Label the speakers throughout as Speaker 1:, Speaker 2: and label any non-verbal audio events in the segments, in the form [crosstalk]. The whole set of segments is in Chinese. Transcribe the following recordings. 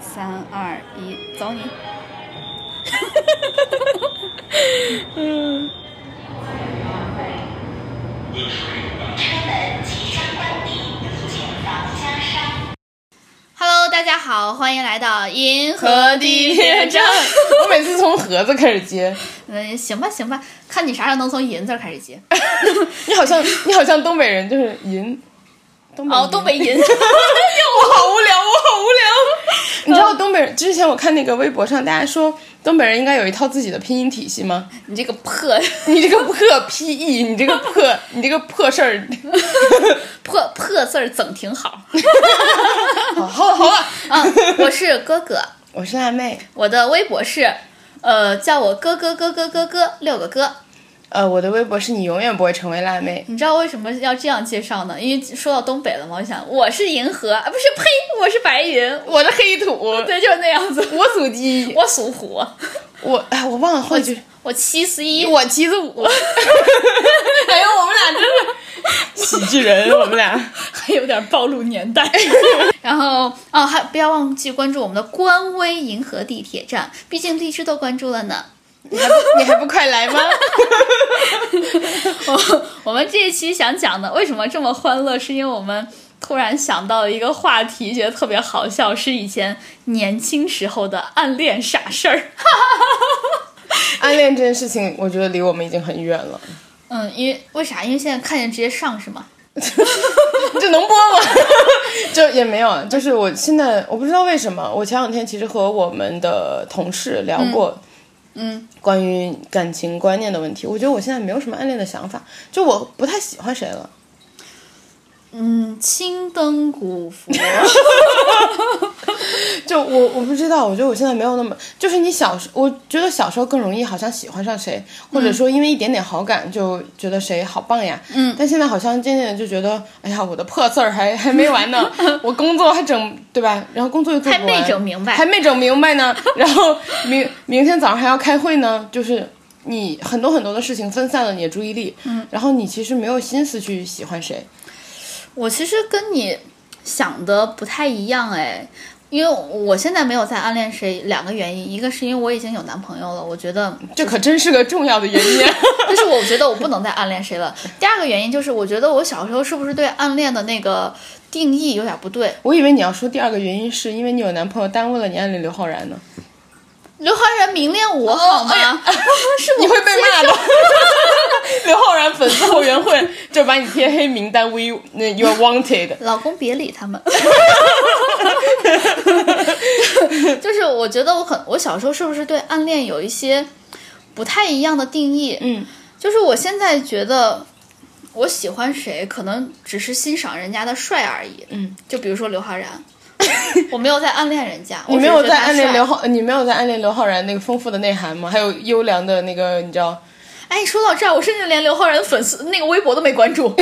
Speaker 1: 三二一，走你！嗯。
Speaker 2: 车门即将关闭，谨防加伤。
Speaker 1: Hello，大家好，欢迎来到银河
Speaker 3: 河
Speaker 1: 地
Speaker 3: 地
Speaker 1: 铁
Speaker 3: 铁
Speaker 1: 站
Speaker 3: 站。 [laughs] 我每次从盒子开始接， [laughs]
Speaker 1: 嗯，行吧，行吧，看你啥时候能从银字儿开始
Speaker 3: [laughs]
Speaker 1: 接。
Speaker 3: 你好像你好像东北人，就是银，东北
Speaker 1: 哦，
Speaker 3: 银
Speaker 1: 东北银。
Speaker 3: [laughs] 我好无聊，我好无聊。你知道东北人之前我看那个微博上，大家说东北人应该有一套自己的拼音体系吗？
Speaker 1: 你这个破
Speaker 3: 你这个破 P E，你这个破，你这个破事儿， [laughs]
Speaker 1: 破破字儿整挺好。
Speaker 3: 好好了好了，
Speaker 1: 啊，我是哥哥，
Speaker 3: 我是辣妹，
Speaker 1: 我的微博是，呃，叫我哥哥哥哥哥哥六个哥。
Speaker 3: 呃，我的微博是你永远不会成为辣妹，
Speaker 1: 你知道为什么要这样介绍呢？因为说到东北了嘛，我想我是银河，啊、不是呸，我是白云，
Speaker 3: 我的黑土，我
Speaker 1: 对，就是那样子。
Speaker 3: 属鸡，
Speaker 1: 我属虎，
Speaker 3: 我哎，我忘了后一句，
Speaker 1: 我七十一，
Speaker 3: 我七十五，
Speaker 1: 哎呦，我们俩真是
Speaker 3: 喜剧人，我们俩。
Speaker 1: [laughs] 还有点暴露年 [laughs] 代。然后哦，还不要忘记关注我们的官微银河地铁站，毕竟荔枝都关注了呢。
Speaker 3: 你还不你还不快来吗？
Speaker 1: 我 [laughs] 我们这一期想讲的为什么这么欢乐，是因为我们突然想到了一个话题，觉得特别好笑，是以前年轻时候的暗恋傻事儿。
Speaker 3: 暗恋这件事情，我觉得离我们已经很远了。
Speaker 1: [laughs]
Speaker 3: [laughs]
Speaker 1: 嗯，因为为啥？因为现在看见直接上是吗？
Speaker 3: 这能播吗？ [laughs] 就也没有，就是我现在我不知道为什么，我前两天其实和我们的同事聊过，
Speaker 1: 嗯，
Speaker 3: 关于感情观念的问题。我觉得我现在没有什么暗恋的想法，就我不太喜欢谁了。
Speaker 1: 嗯，青灯古佛。 [laughs]
Speaker 3: 就我我不知道，我觉得我现在没有那么，就是你小时，我觉得小时候更容易好像喜欢上谁，或者说因为一点点好感就觉得谁好棒呀。
Speaker 1: 嗯
Speaker 3: 但现在好像渐渐的就觉得，哎呀，我的破事儿还还没完
Speaker 1: [laughs]
Speaker 3: 呢，我工作还整对吧？然后工作又做不完
Speaker 1: 还没整明白
Speaker 3: 还没整明
Speaker 1: [laughs]
Speaker 3: 白呢。然后明明天早上还要开会呢，就是。你很多很多的事情分散了你的注意力，嗯，然后你其实没有心思去喜欢谁，
Speaker 1: 我其实跟你想的不太一样哎，因为我现在没有在暗恋谁，两个原因，一个是因为我已经有男朋友了，我觉得
Speaker 3: 这可真是个重要的原
Speaker 1: [laughs]
Speaker 3: 因。
Speaker 1: 但是我觉得我不能再暗恋谁了。第二个原因就是，我觉得我小时候是不是对暗恋的那个定义有点不对？
Speaker 3: 我以为你要说第二个原因是因为你有男朋友耽误了你暗恋刘昊然呢，
Speaker 1: 刘昊然明恋我好吗？
Speaker 3: 哎呀
Speaker 1: 是我
Speaker 3: 你会被骂的。 [laughs] 刘昊然粉丝后援会就把你贴黑名单，we 那 you are wanted。
Speaker 1: 老公别理他们。 [laughs] 就是我觉得我很，我小时候是不是对暗恋有一些不太一样的定义？
Speaker 3: 嗯，
Speaker 1: 就是我现在觉得我喜欢谁，可能只是欣赏人家的帅而已。
Speaker 3: 嗯，
Speaker 1: 就比如说刘昊然，我没有在暗恋人家，
Speaker 3: 你没有在暗恋
Speaker 1: 刘。
Speaker 3: 刘昊，你没有在暗恋刘昊然那个丰富的内涵吗？还有优良的那个，你知道？ [laughs]
Speaker 1: 哎，说到这儿，我甚至连刘昊然的粉丝那个微博都没关注。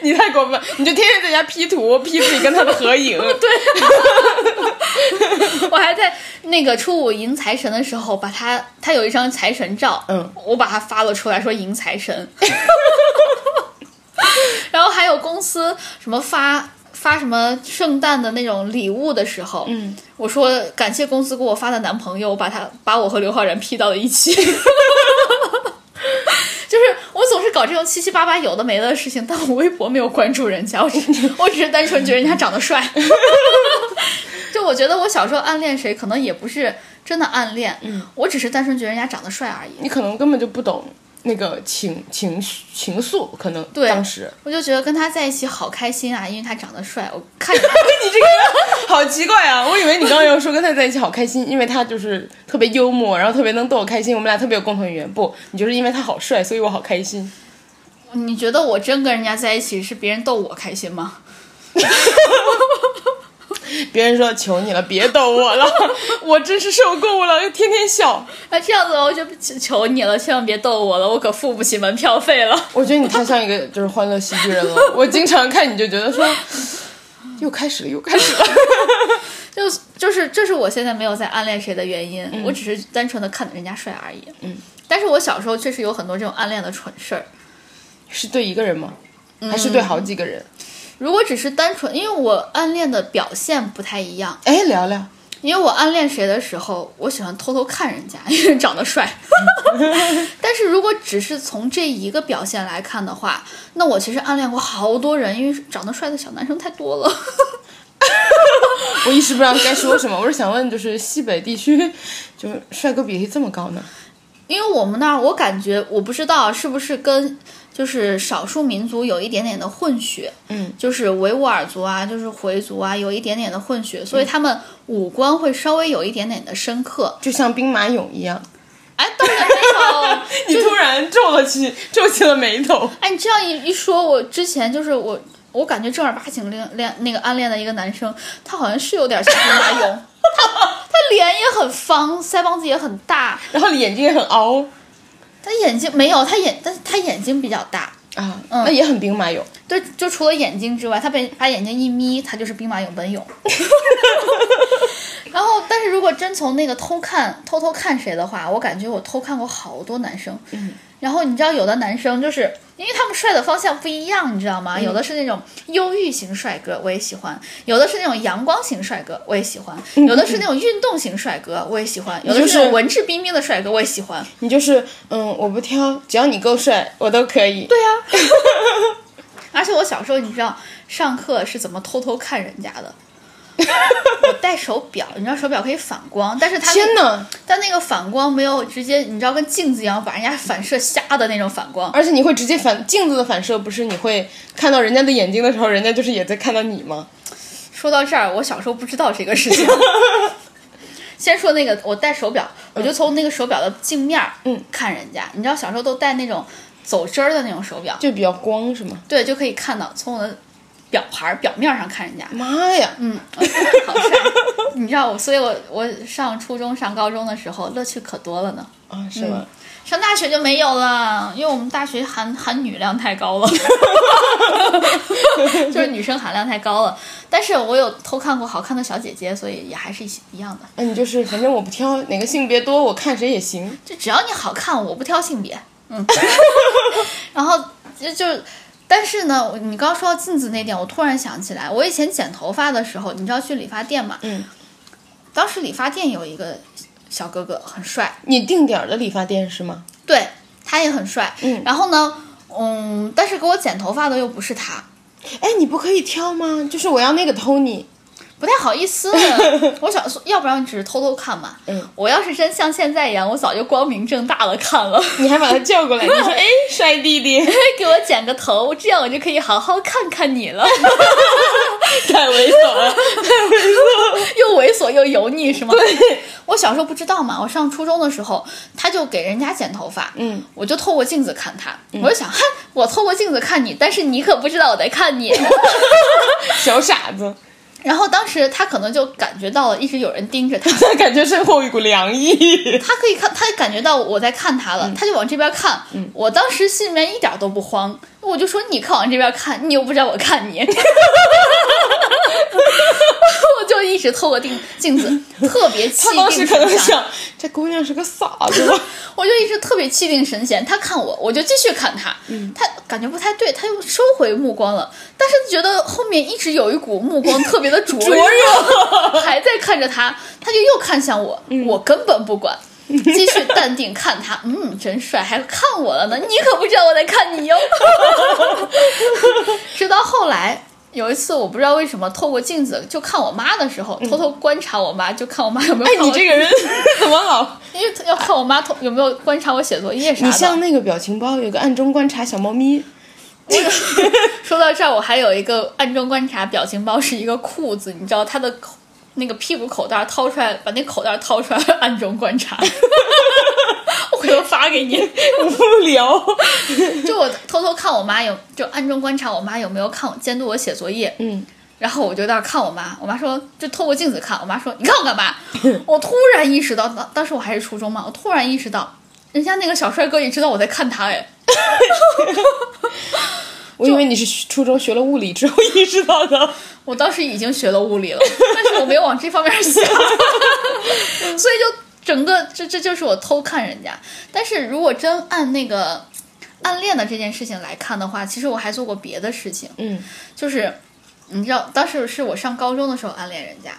Speaker 3: 你太过分，你就天天在家 P 图，P 自己跟他的
Speaker 1: [laughs]
Speaker 3: 合影。对，
Speaker 1: 我还在那个初五迎财神的时候，把他他有一张财神照，
Speaker 3: 嗯，
Speaker 1: 我把它发了出来，说迎财
Speaker 3: [laughs]
Speaker 1: 神。 [laughs] 然后还有公司什么发发什么圣诞的那种礼物的时候，
Speaker 3: 嗯，
Speaker 1: 我说感谢公司给我发的男朋友，我把他把我和刘昊然 P 到了一
Speaker 3: [laughs]
Speaker 1: 起。就是我总是搞这种七七八八有的没的事情，但我微博没有关注人家，我只我只是单纯觉得人家长得帅。就我觉得我小时候暗恋谁，可能也不是真的暗恋，嗯，我只是单纯觉得人家长得帅而已。
Speaker 3: 你可能根本就不懂那个情情绪情愫，可能
Speaker 1: 对
Speaker 3: 当时。
Speaker 1: 我就觉得跟他在一起好开心啊，因为他长得帅。我看着
Speaker 3: 你这个人 [laughs] 好奇怪啊！我以为你刚刚要说跟他在一起好开心，因为他就是特别幽默，然后特别能逗我开心，我们俩特别有共同语言。不，你就是因为他好帅，所以我好开心。
Speaker 1: 他， [laughs] 你觉得我真跟人家在一起是别人逗我开心吗？ [laughs]
Speaker 3: 别人说求你了，别逗我了， [laughs] 我真是受够了，天天笑。
Speaker 1: 那哎这样子我就求求你了，千万别逗我了，我可付不起门票费了。 [laughs]
Speaker 3: 我觉得你太像一个就是欢乐喜剧人了，我经常看你就觉得说。又开始了，又开始了。 [laughs]
Speaker 1: 就就是这是我现在没有在暗恋谁的原因，我只是单纯的看人家帅而已。
Speaker 3: 嗯，
Speaker 1: 但是我小时候确实有很多这种暗恋的蠢事儿。
Speaker 3: 是对一个人吗？还是对好几个人？
Speaker 1: 如果只是单纯，因为我暗恋的表现不太一样，
Speaker 3: 哎，聊聊，
Speaker 1: 因为我暗恋谁的时候，我喜欢偷偷看人家， [laughs] 因为长得帅。但是如果只是从这一个表现来看的话，那我其实暗恋过好多人，因为长得帅的小男生太多了。 [laughs]
Speaker 3: 我一时不知道该说什么。我是想问，就是西北地区，就是帅哥比例这么高呢？
Speaker 1: 因为我们那儿，我感觉我不知道是不是跟就是少数民族有一点点的混血，
Speaker 3: 嗯，
Speaker 1: 就是维吾尔族啊，就是回族啊，有一点点的混血，所以他们五官会稍微有一点点的深刻。
Speaker 3: 就像兵马俑一样。
Speaker 1: 哎，当然没有。
Speaker 3: [laughs] 你突然皱了起皱起了眉头。
Speaker 1: 哎，你这样一一说，我之前就是我，我感觉正儿八经恋恋那个暗恋的一个男生，他好像是有点像兵马俑，他他脸也很方，腮帮子也很大，
Speaker 3: [laughs] 然后眼睛也很凹
Speaker 1: 他眼睛没有，他眼但是他眼睛比较大。
Speaker 3: 啊，那也很兵马俑。
Speaker 1: 对，就除了眼睛之外，他被把眼睛一眯，他就是兵马俑本
Speaker 3: [laughs]
Speaker 1: 俑。然后，但是如果真从那个偷看、偷偷看谁的话，我感觉我偷看过好多男生。嗯。然后你知道，有的男生就是因为他们帅的方向不一样，你知道吗？有
Speaker 3: 嗯
Speaker 1: 的是那种忧郁型帅哥，我也喜欢；有的是那种阳光型帅哥，我也喜欢；有的是那种运动型帅哥，我也喜欢；有的
Speaker 3: 嗯就是
Speaker 1: 是那种文质彬彬的帅哥，我也喜欢。
Speaker 3: 你就是嗯，我不挑，只要你够帅，我都可以。
Speaker 1: 对呀、啊 [laughs] 而且我小时候，你知道上课是怎么偷偷看人家
Speaker 3: [laughs]
Speaker 1: 的？我戴手表，你知道手表可以反光，但是它
Speaker 3: 天
Speaker 1: 那
Speaker 3: 哪！
Speaker 1: 但那个反光没有直接，你知道跟镜子一样把人家反射瞎的那种反光。
Speaker 3: 而且你会直接反镜子的反射，不是你会看到人家的眼睛的时候，人家就是也在看到你吗？
Speaker 1: 说到这儿，我小时候不知道这个事
Speaker 3: [laughs]
Speaker 1: 情。先说那个，我戴手表，我就从那个手表的镜面儿
Speaker 3: 嗯
Speaker 1: 看人家。你知道小时候都戴那种走针儿的那种手表，
Speaker 3: 就比较光是吗？
Speaker 1: 对，就可以看到从我的表盘儿表面上看人家。
Speaker 3: 妈呀！
Speaker 1: 嗯， [laughs] 好帅！你知道我，所以我我上初中、上高中的时候乐趣可多了呢。
Speaker 3: 啊，是吗？
Speaker 1: 上大学就没有了，因为我们大学含含女量太高了， [laughs] 就是女生含量太高了。但是我有偷看过好看的小姐姐，所以也还是一样的。
Speaker 3: 那、你就是反正我不挑哪个性别多，我看谁也行。
Speaker 1: 就只要你好看，我不挑性别。嗯， [laughs] 然后就就，但是呢，我你刚刚说到镜子那点，我突然想起来，我以前剪头发的时候，你知道去理发店嘛？
Speaker 3: 嗯，
Speaker 1: 当时理发店有一个小哥哥很帅，
Speaker 3: 你定点儿的理发店是吗？
Speaker 1: 对他也很帅。
Speaker 3: 嗯
Speaker 1: 然后呢，嗯，但是给我剪头发的又不是他，
Speaker 3: 哎，你不可以挑吗？就是我要那个 Tony。
Speaker 1: 不太好意思。
Speaker 3: [laughs]
Speaker 1: 我想说，要不然你只是偷偷看嘛。
Speaker 3: 嗯，
Speaker 1: 我要是真像现在一样，我早就光明正大的看了。 [laughs]
Speaker 3: 你还把他叫 [laughs] 过来，你说：“哎，帅弟弟，
Speaker 1: 给我剪个头，这样我就可以好好看看你了。
Speaker 3: 太猥琐了。
Speaker 1: 又猥琐又油腻是吗？对，我小时候不知道嘛，我上初中的时候，他就给人家剪头发，
Speaker 3: 嗯，
Speaker 1: 我就透过镜子看他，我就想，哼，我透过镜子看你，但是你可不知道我在看你。 [laughs]
Speaker 3: 小傻子，
Speaker 1: 然后当时他可能就感觉到了，一直有人盯着他，
Speaker 3: 他感觉身后一股凉意。
Speaker 1: 他可以看，他感觉到我在看他
Speaker 3: 嗯
Speaker 1: 了，他就往这边看。我当时心里面一点都不慌，我就说你看往这边看，你又不知道我看你。 [laughs] 我就一直透过镜镜子，特别气
Speaker 3: 他当时
Speaker 1: 定
Speaker 3: 可能
Speaker 1: 神闲。
Speaker 3: 想，这姑娘是个傻子 [laughs] 吧？
Speaker 1: 我就一直特别气定神闲，他看我，我就继续看他，
Speaker 3: 嗯
Speaker 1: 他感觉不太对，他又收回目光了，但是觉得后面一直有一股目光特别的灼
Speaker 3: [laughs] 灼
Speaker 1: 热，还在看着他，他就又看向我，
Speaker 3: 嗯
Speaker 1: 我根本不管。继续淡定看他， [laughs] 嗯，真帅，还看我了呢。你可不知道我在看你哟。 [laughs] 直到后来有一次，我不知道为什么透过镜子就看我妈的时候，偷偷观察我妈，就看我妈有没有
Speaker 3: 嗯哎，
Speaker 1: 看我。
Speaker 3: 你这个人怎么老？
Speaker 1: 因为要看我妈同有没有观察我写作业啥的。
Speaker 3: [laughs] 你像那个表情包，有个暗中观察小猫 [laughs] 咪，
Speaker 1: 说到这儿，我还有一个暗中观察，表情包是一个裤子，你知道他的口那个屁股口袋掏出来，把那口袋掏出来， [laughs] 暗中观察。我回头发
Speaker 3: [laughs]
Speaker 1: 给你。
Speaker 3: 无聊。
Speaker 1: 就我偷偷看我妈有，就暗中观察我妈有没有看我监督我写作业。
Speaker 3: 嗯，
Speaker 1: 然后我就在那儿看我妈，我妈说就透过镜子看，我妈说你看我干嘛？我突然意识到，当当时我还是初中嘛，我突然意识到，人家那个小帅哥也知道我在看他哎。
Speaker 3: 我以为你是初中学了物理之后意识到 [laughs] 的。
Speaker 1: 我当时已经学了物理了， [laughs] 但是我没有往这方面想， [laughs] 所以就整个这这就是我偷看人家。但是如果真按那个暗恋的这件事情来看的话，其实我还做过别的事情，
Speaker 3: 嗯，
Speaker 1: 就是你知道当时是我上高中的时候暗恋人家，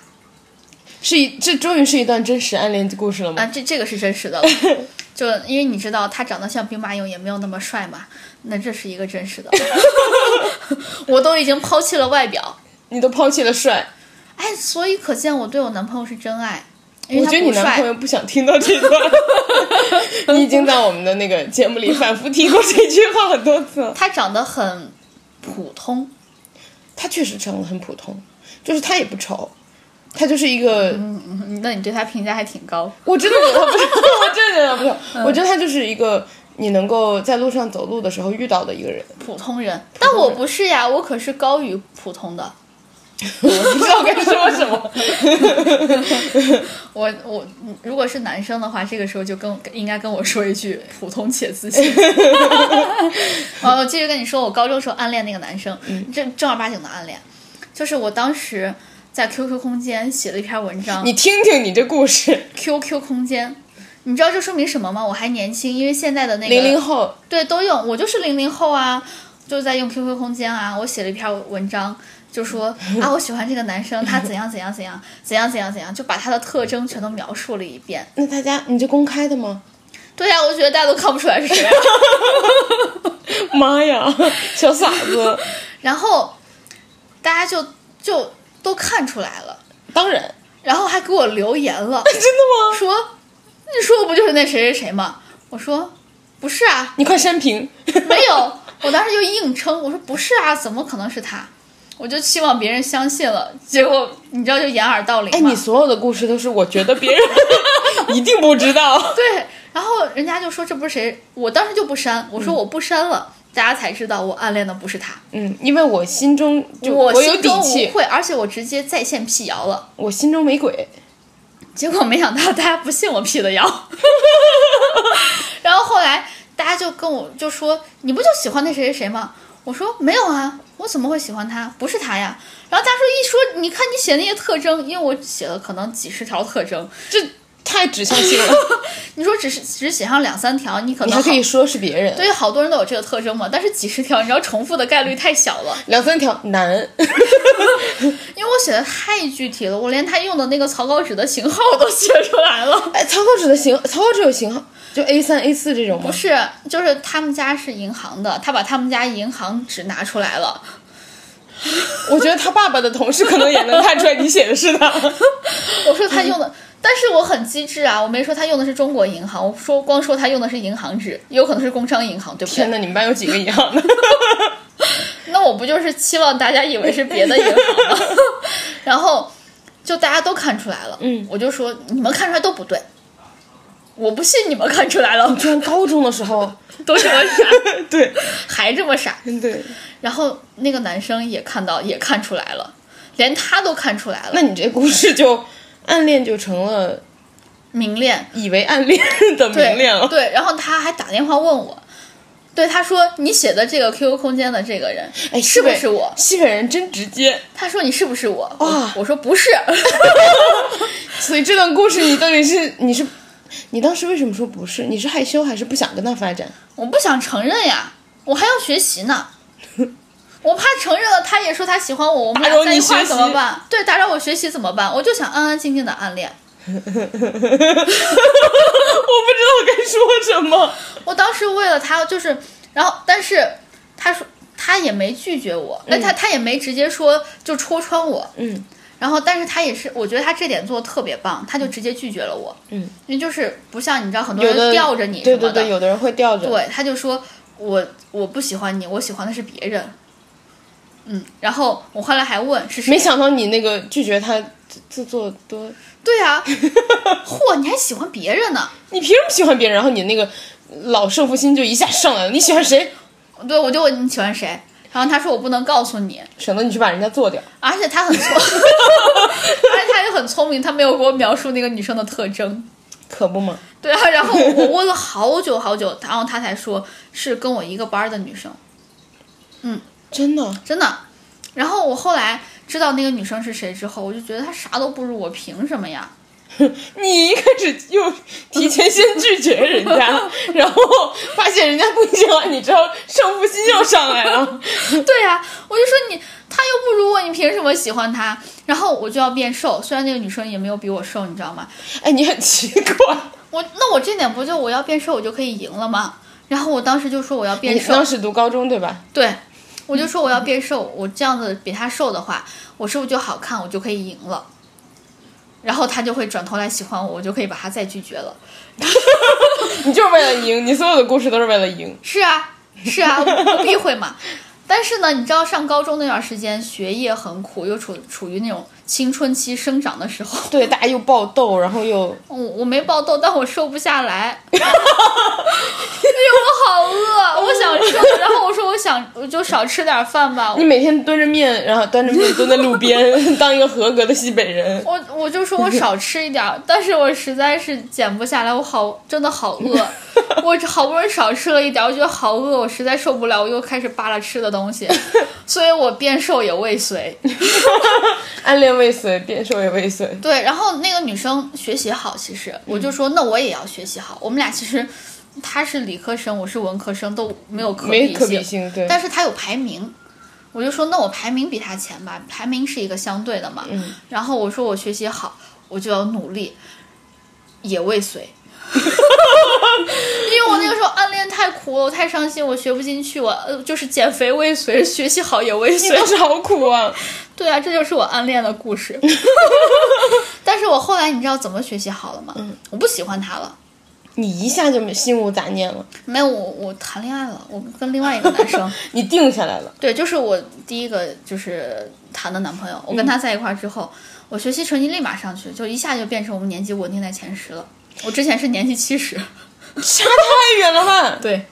Speaker 3: 是一这终于是一段真实暗恋故事了吗？
Speaker 1: 啊，这这个是真实的了
Speaker 3: [laughs]
Speaker 1: 就因为你知道他长得像兵马俑，也没有那么帅嘛，那这是一个真实的。 [laughs] 我都已经抛弃了外表，
Speaker 3: 你都抛弃了帅，
Speaker 1: 哎，所以可见我对我男朋友是真爱。因为
Speaker 3: 我
Speaker 1: 他
Speaker 3: 觉得你
Speaker 1: 不
Speaker 3: 男朋
Speaker 1: 帅，
Speaker 3: 友不想听到这 [laughs] 段，你已经在我们的那个节目里反复提过这句话很多次了。
Speaker 1: 他长得很普通，
Speaker 3: 他确实长得很普通，就是他也不丑，他就是一个，
Speaker 1: 嗯那你对他评价还挺高。
Speaker 3: 我真的觉得他不 [laughs] 丑，我真的觉得他不丑，我觉得他就是一个你能够在路上走路的时候遇到的一个 [laughs] 人。
Speaker 1: 普通人，但我不是呀，我可是高于普通的。
Speaker 3: 我不知道该说什么，
Speaker 1: 我我嗯如果是男生的话，这个时候就跟应该跟我说一句 [laughs] “普通且自信” 。哦，我继续跟你说，我高中时候暗恋那个男生，
Speaker 3: 嗯
Speaker 1: 正正儿八经的暗恋，就是我当时在 QQ 空间写了一篇文章
Speaker 3: 你听听你这故 [laughs] 事，
Speaker 1: ，QQ 空间。你知道这说明什么吗？我还年轻，因为现在的那个
Speaker 3: 零零后
Speaker 1: 对，都用。我就是零零后啊，就在用 QQ 空间啊。我写了一篇文章，就说啊，我喜欢这个男生，他怎样怎样怎样，怎样怎样怎样，就把他的特征全都描述了一遍。
Speaker 3: 那大家，你这公开的吗？
Speaker 1: 对啊呀、我就觉得大家都看不出来是谁啊。 [laughs]
Speaker 3: 妈呀， [laughs] 小傻子！
Speaker 1: 然后大家就就都看出来了，
Speaker 3: 当然，，
Speaker 1: 然后还给我留言了
Speaker 3: [laughs] 真的吗？
Speaker 1: 说你说的不就是那谁谁谁吗？我说不是啊，
Speaker 3: 你快删评，
Speaker 1: 没有，我当时就硬撑，我说不是啊，怎么可能是他？我就期望别人相信了，结果你知道就掩耳盗铃
Speaker 3: 哎，
Speaker 1: 嘛。
Speaker 3: 你所有的故事都是我觉得别人 [laughs] 一定不知道。
Speaker 1: 对，然后人家就说这不是谁，我当时就不删，我说我不删了，大家才知道我暗恋的不是他，
Speaker 3: 嗯，因为我心中就我有
Speaker 1: 心
Speaker 3: 底
Speaker 1: 中无
Speaker 3: 气，
Speaker 1: 愧，而且我直接在线辟谣了。
Speaker 3: 我心中没鬼。
Speaker 1: 结果没想到大家不信我辟的
Speaker 3: [laughs]
Speaker 1: 谣，然后后来大家就跟我就说你不就喜欢那谁谁谁吗？我说没有啊，我怎么会喜欢他？不是他呀。然后大家说一说，你看你写那些特征，因为我写了可能几十条特征，
Speaker 3: 这太指向性了，
Speaker 1: 你说只是只写上两三条，你可
Speaker 3: [laughs] 你
Speaker 1: 能
Speaker 3: 还可以
Speaker 1: 好
Speaker 3: 说是别人。
Speaker 1: 对好多人都有这个特征嘛，但是几十条，你知道重复的概率太小了，
Speaker 3: 两三条男，
Speaker 1: 因为我写的太具体了，我连他用的那个草稿纸的型号都写出来了。
Speaker 3: 哎，草稿纸的型，草稿纸有型号，就 A 三、A 四这种吗
Speaker 1: 不？是，就是他们家是银行的，他把他们家银行纸拿出来了。
Speaker 3: [laughs] 我觉得他爸爸的同事可能也能看出来你写的是他。
Speaker 1: 我说他用
Speaker 3: 嗯
Speaker 1: 的， [laughs] 但是我很机智啊，我没说他用的是中国银行，我说光说他用的是银行纸，有可能是工商银行，对不
Speaker 3: [laughs] 天
Speaker 1: 对？
Speaker 3: 哪，你们班有几个一 [laughs] 样的？
Speaker 1: 那我不就是期望大家以为是别的银行吗？ [laughs] 然后就大家都看出来了，
Speaker 3: 嗯，
Speaker 1: 我就说你们看出来都不对，我不信你们看出来了，
Speaker 3: 居然高中的时候，
Speaker 1: 都这么傻，
Speaker 3: 对
Speaker 1: [laughs] 还这么傻。
Speaker 3: 对，
Speaker 1: 然后那个男生也看到，也看出来了，连他都看出来了，
Speaker 3: 那你这故事就暗恋就成了
Speaker 1: 明恋。
Speaker 3: 以为暗恋的
Speaker 1: 对
Speaker 3: 明恋了。
Speaker 1: 对，然后他还打电话问我，对他说你写的这个 QQ 空间的这个人，
Speaker 3: 哎，
Speaker 1: 是不
Speaker 3: 西北
Speaker 1: 是我？
Speaker 3: 西北人真直接，
Speaker 1: 他说你是不是我？我
Speaker 3: 哇
Speaker 1: 我说
Speaker 3: [laughs]
Speaker 1: 不是，
Speaker 3: 所以这段故事你到底是你是你当时为什么说不是？你是害羞还是不想跟他发展？
Speaker 1: 我不想承认呀，我还要学习
Speaker 3: [laughs]
Speaker 1: 呢。我怕承认了，他也说他喜欢我，我们
Speaker 3: 打扰
Speaker 1: 俩在一
Speaker 3: 你
Speaker 1: 块儿
Speaker 3: 学习
Speaker 1: 怎么办？对，打扰我学习怎么办？我就想安安静静的暗恋。
Speaker 3: [laughs] 我不知道该说什么。
Speaker 1: 我当时为了他，就是，然后但是他说他也没拒绝我，但他、他也没直接说就戳穿我，
Speaker 3: 嗯，
Speaker 1: 然后但是他也是，我觉得他这点做的特别棒，他就直接拒绝了我，
Speaker 3: 嗯，
Speaker 1: 因为就是不像你知道很多
Speaker 3: 有的
Speaker 1: 人吊着你什
Speaker 3: 对
Speaker 1: 么
Speaker 3: 对
Speaker 1: 的，
Speaker 3: 对，有的人会吊着。
Speaker 1: 对，他就说我我不喜欢你，我喜欢的是别人，嗯，然后我后来还问是谁，
Speaker 3: 没想到你那个拒绝他自自作多，
Speaker 1: 对
Speaker 3: [laughs]
Speaker 1: 啊，嚯，你还喜欢别人呢？
Speaker 3: 你凭什么喜欢别人？然后你那个老胜负心就一下上来了。你喜欢谁？
Speaker 1: 对，我就问你喜欢谁，然后他说我不能告诉你，
Speaker 3: 省得你去把人家做掉。
Speaker 1: 而且他很聪， [laughs] 而且他也很聪明，他没有给我描述那个女生的特征。
Speaker 3: 可不嘛，
Speaker 1: 对啊，然后我问了好久好久，然后他才说是跟我一个班儿的女生，
Speaker 3: 真的，
Speaker 1: 真的。然后我后来知道那个女生是谁之后，我就觉得她啥都不如我，凭什么呀？ [laughs]
Speaker 3: 你开始又提前先拒绝人家， [laughs] 然后发现人家不喜欢你之后，胜负心又上来 [laughs] 了。
Speaker 1: 对呀、我就说你他又不如我，你凭什么喜欢他？然后我就要变瘦，虽然那个女生也没有比我瘦，你知道吗？
Speaker 3: 哎，你很奇怪，
Speaker 1: 我那我这点不就我要变瘦我就可以赢了吗？然后我当时就说我要变
Speaker 3: 你
Speaker 1: 瘦，
Speaker 3: 当时读高中对吧？
Speaker 1: 对，我就说我要变瘦，我这样子比他瘦的话，我是不是就好看，我就可以赢了？然后他就会转头来喜欢我，我就可以把他再拒绝了。
Speaker 3: 你就是为了赢，你所有的故事都是为了赢。
Speaker 1: 是啊，是啊，不避讳嘛。但是呢，你知道上高中那段时间学业很苦，又处处于那种青春期生长的时候，
Speaker 3: 对，大家又爆痘，然后又
Speaker 1: 我我没爆痘，但我瘦不下来， [laughs] 因为我好饿，我想瘦，然后我说我想我就少吃点饭吧，
Speaker 3: 你每天蹲着面，然后端着面蹲在路 [laughs] 边，当一个合格的西北人。
Speaker 1: 我我就说我少吃一点儿，但是我实在是减不下来，我好真的好饿，我好不容易少吃了一点儿，我觉得好饿，我实在受不了，我又开始扒拉吃的东西，所以我变瘦也未遂。
Speaker 3: 暗恋未遂，变瘦也未遂。
Speaker 1: 对，然后那个女生学习好，其实我就说那我也要学习好，我们俩其实她是理科生，我是文科生，都没有可
Speaker 3: 没
Speaker 1: 比
Speaker 3: 可比性，对。
Speaker 1: 但是他有排名，我就说那我排名比他前吧，排名是一个相对的嘛。
Speaker 3: 嗯
Speaker 1: 然后我说我学习好，我就要努力，也未
Speaker 3: [laughs]
Speaker 1: 遂。因为我那个时候暗恋太苦了，我太伤心，我学不进去，我呃就是减肥未遂，学习好也未
Speaker 3: 你
Speaker 1: 遂
Speaker 3: 当。时好苦啊！
Speaker 1: 对啊，这就是我暗恋的故
Speaker 3: [laughs]
Speaker 1: 事。但是我后来你知道怎么学习好了吗？
Speaker 3: 嗯
Speaker 1: 我不喜欢他了，
Speaker 3: 你一下就没心无杂念了，
Speaker 1: 没有我我谈恋爱了，我跟另外一个男生。
Speaker 3: 你定下来了。
Speaker 1: 对，就是我第一个就是谈的男朋友，我跟他在一块儿之后，我学习成绩立马上去，就一下就变成我们年级稳定在前十了。我之前是年级七十，
Speaker 3: 差太远了吧？
Speaker 1: 对，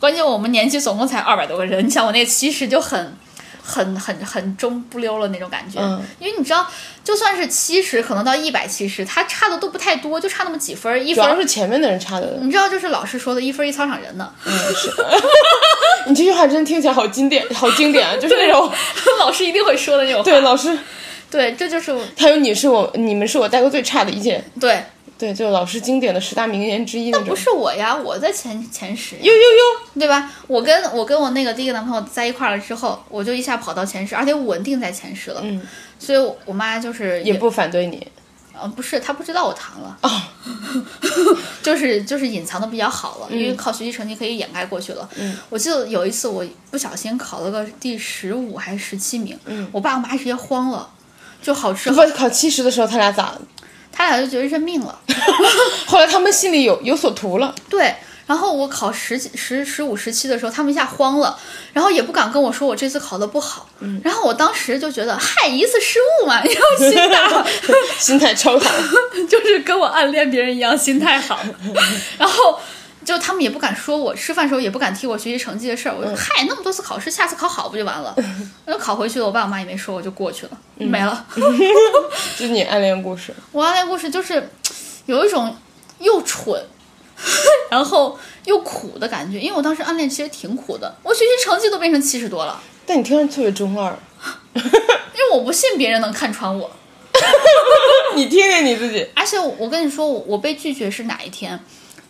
Speaker 1: 关键我们年级总共才二百多个人，你想我那七十就很。很很很中不溜了那种感觉，
Speaker 3: 嗯
Speaker 1: 因为你知道，就算是七十，可能到一百七十，他差的都不太多，就差那么几分儿，一
Speaker 3: [laughs] 主
Speaker 1: 分
Speaker 3: 要
Speaker 1: 儿。
Speaker 3: 是前面的人差的。
Speaker 1: 你知道，就是老师说的“一分儿一操场人”呢，
Speaker 3: 你这句话真听起来好经典，好经 [laughs] 典，啊！就是那种
Speaker 1: [laughs] 老师一定会说的那种话。
Speaker 3: [laughs] 对老师，
Speaker 1: 对，这就是我
Speaker 3: 还有你是我，你们是我带过最差的一届。
Speaker 1: 对，
Speaker 3: 对，就老师经典的十大名言之一那种。
Speaker 1: 不是我呀，我在前前十呀。
Speaker 3: 呦呦呦，
Speaker 1: 对吧？我跟我跟我那个第一个男朋友在一块儿了之后，我就一下跑到前十，而且我稳定在前十了。
Speaker 3: 嗯，
Speaker 1: 所以我我妈就是
Speaker 3: 也不反对你。
Speaker 1: 呃不是，她不知道我糖了，
Speaker 3: 哦
Speaker 1: 就是就是隐藏的比较好了，因
Speaker 3: 嗯
Speaker 1: 为靠学习成绩可以掩盖过去了。嗯，我记得有一次我不小心考了个第十五还是十七名，嗯，我爸我妈直接慌了，就好吃
Speaker 3: 不
Speaker 1: 好，
Speaker 3: 过考七十的时候，他俩咋？
Speaker 1: 他俩就觉得认命了。
Speaker 3: 后来他们心里有有所图了。 [laughs]
Speaker 1: 对，然后我考十几、十十五、十七的时候，他们一下慌了，然后也不敢跟我说我这次考的不好。然后我当时就觉得，嗨，一次失误嘛，你要心大，
Speaker 3: 心态超好， [laughs]
Speaker 1: 就是跟我暗恋别人一样，心态好。然后。就他们也不敢说我吃饭时候也不敢提我学习成绩的事儿，我说嗨，那么多次考试，下次考好不就完了？然后考回去了，我爸我妈也没说，我就过去了，没了。
Speaker 3: 就是你暗恋故事。
Speaker 1: 我暗恋故事就是有一种又蠢，然后又苦的感觉，因为我当时暗恋其实挺苦的，我学习成绩都变成七十多了，
Speaker 3: 但你听上去特别中二，
Speaker 1: 因为我不信别人能看穿我。
Speaker 3: 你听听你自己，
Speaker 1: 而且我我跟你说，我我被拒绝是哪一天？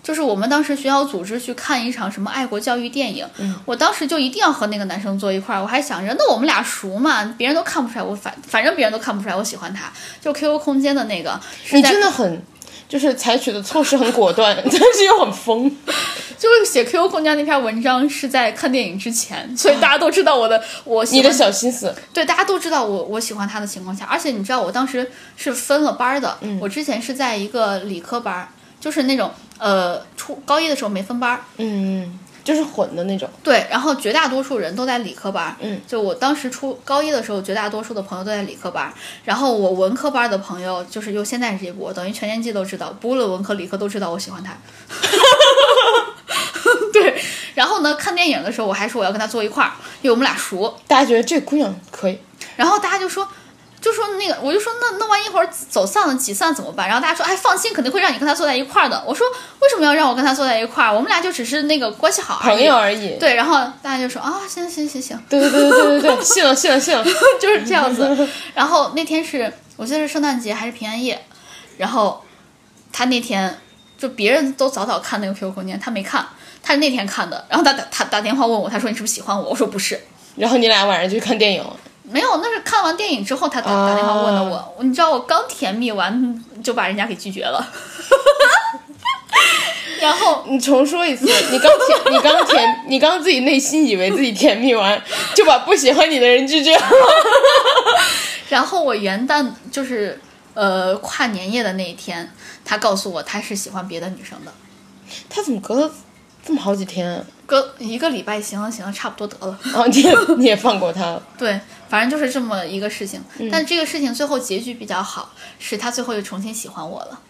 Speaker 1: 就是我们当时学校组织去看一场什么爱国教育电影，我当时就一定要和那个男生坐一块儿，我还想着那我们俩熟嘛，别人都看不出来，我反反正别人都看不出来我喜欢他，就 QQ 空间的那个，是
Speaker 3: 你
Speaker 1: 在
Speaker 3: 真的很，就是采取的措施很果断， [laughs] 但是又很疯。
Speaker 1: 就是写 QQ 空间那篇文章是在看电影之前，所以大家都知道我的我喜
Speaker 3: 嗯你
Speaker 1: 欢
Speaker 3: 的小心思，
Speaker 1: 对大家都知道我我喜欢他的情况下，而且你知道我当时是分了班儿的，
Speaker 3: 嗯
Speaker 1: 我之前是在一个理科班儿，就是那种呃初高一的时候没分班儿，
Speaker 3: 嗯，就是混的那种。
Speaker 1: 对，然后绝大多数人都在理科班儿，
Speaker 3: 嗯
Speaker 1: 就我当时初高一的时候，绝大多数的朋友都在理科班儿，然后我文科班儿的朋友就是又现在这一波，等于全年级都知道，不论文科理科都知道我喜欢他。 [laughs] 对，然后呢，看电影的时候我还说我要跟他坐一块儿，因为我们俩熟，
Speaker 3: 大家觉得这姑娘可以，
Speaker 1: 然后大家就说。就说那个，我就说那那万一一会儿走散了解散怎么办？然后大家说，哎，放心，肯定会让你跟他坐在一块儿的。我说为什么要让我跟他坐在一块儿？我们俩就只是那个关系好而已
Speaker 3: 朋友而已。
Speaker 1: 对，然后大家就说啊，行行行 [laughs] 行，
Speaker 3: 对对对对对对对， [laughs] 信了信了信了。
Speaker 1: 就是这样子。然后那天是我记得是圣诞节还是平安夜，然后他那天就别人都早早看那个 QQ 空间，他没看，他是那天看的。然后他打他打电话问我，他说你是不是喜欢我？我说不是，
Speaker 3: 然后你俩晚上去看电影了，
Speaker 1: 没有，那是看完电影之后他打、打电话问的我。你知道我刚甜蜜完就把人家给拒绝了， [laughs] 然后
Speaker 3: 你重说一次，你刚甜，你刚甜，你刚自己内心以为自己甜蜜完，就把不喜欢你的人拒绝了。 [laughs]
Speaker 1: 然后我元旦就是呃跨年夜的那一天，他告诉我他是喜欢别的女生的，
Speaker 3: 他怎么隔了这么好几天啊？
Speaker 1: 隔一个礼拜行了行了，差不多得了。 [laughs]
Speaker 3: 哦，你也 [laughs] 你也放过他了？
Speaker 1: 对，反正就是这么一个事情。但这个事情最后结局比较好，是他最后又重新喜欢我了。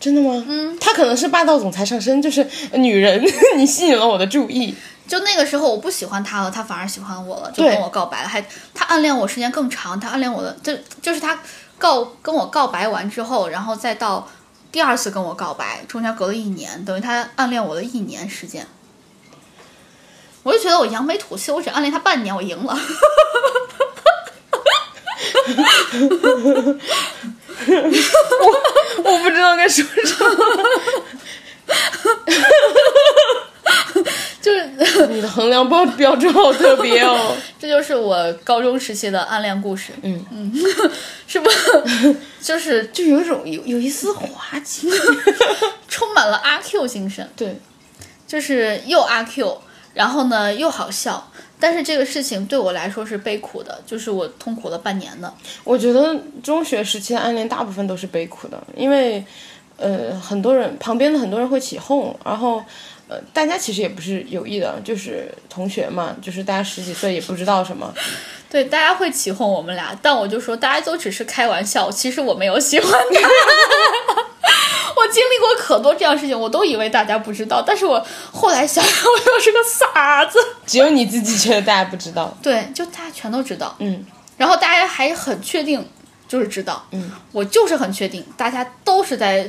Speaker 3: 真的吗？嗯，他可能是霸道总裁上身，就是女人， [laughs] 你吸引了我的注意。
Speaker 1: 就那个时候我不喜欢他了，他反而喜欢我了，就跟
Speaker 3: 对
Speaker 1: 我告白了，还他暗恋我时间更长，他暗恋我的就就是他告跟我告白完之后，然后再到第二次跟我告白，中间隔了一年，等于他暗恋我的一年时间。我就觉得我扬眉吐气，我只暗恋他半年，我赢了。 [laughs]
Speaker 3: 我不知道该说什
Speaker 1: 就是
Speaker 3: 么，你的衡量标标准好特别哦。
Speaker 1: 这就是我高中时期的暗恋故事。
Speaker 3: 嗯
Speaker 1: 嗯， [laughs] 是不？就是
Speaker 3: [laughs] 就有一种有有一丝滑稽。
Speaker 1: [laughs] 充满了阿 Q 精神，
Speaker 3: [laughs] 对，
Speaker 1: 就是又阿 Q，然后呢又好笑。但是这个事情对我来说是悲苦的，就是我痛苦了半年的。
Speaker 3: 我觉得中学时期的暗恋大部分都是悲苦的，因为呃，很多人旁边的很多人会起哄，然后。呃，大家其实也不是有意的，就是同学嘛，就是大家十几岁也不知道什么，
Speaker 1: 对，大家会起哄我们俩，但我就说大家都只是开玩笑，其实我没有喜欢他。 [laughs] 我经历过可多这样的事情，我都以为大家不知道，但是我后来想想，我又是个傻子。
Speaker 3: 只有你自己觉得大家不知道。
Speaker 1: 对，就大家全都知道，
Speaker 3: 嗯，
Speaker 1: 然后大家还很确定，就是知道，嗯，我就是很确定，大家都是在，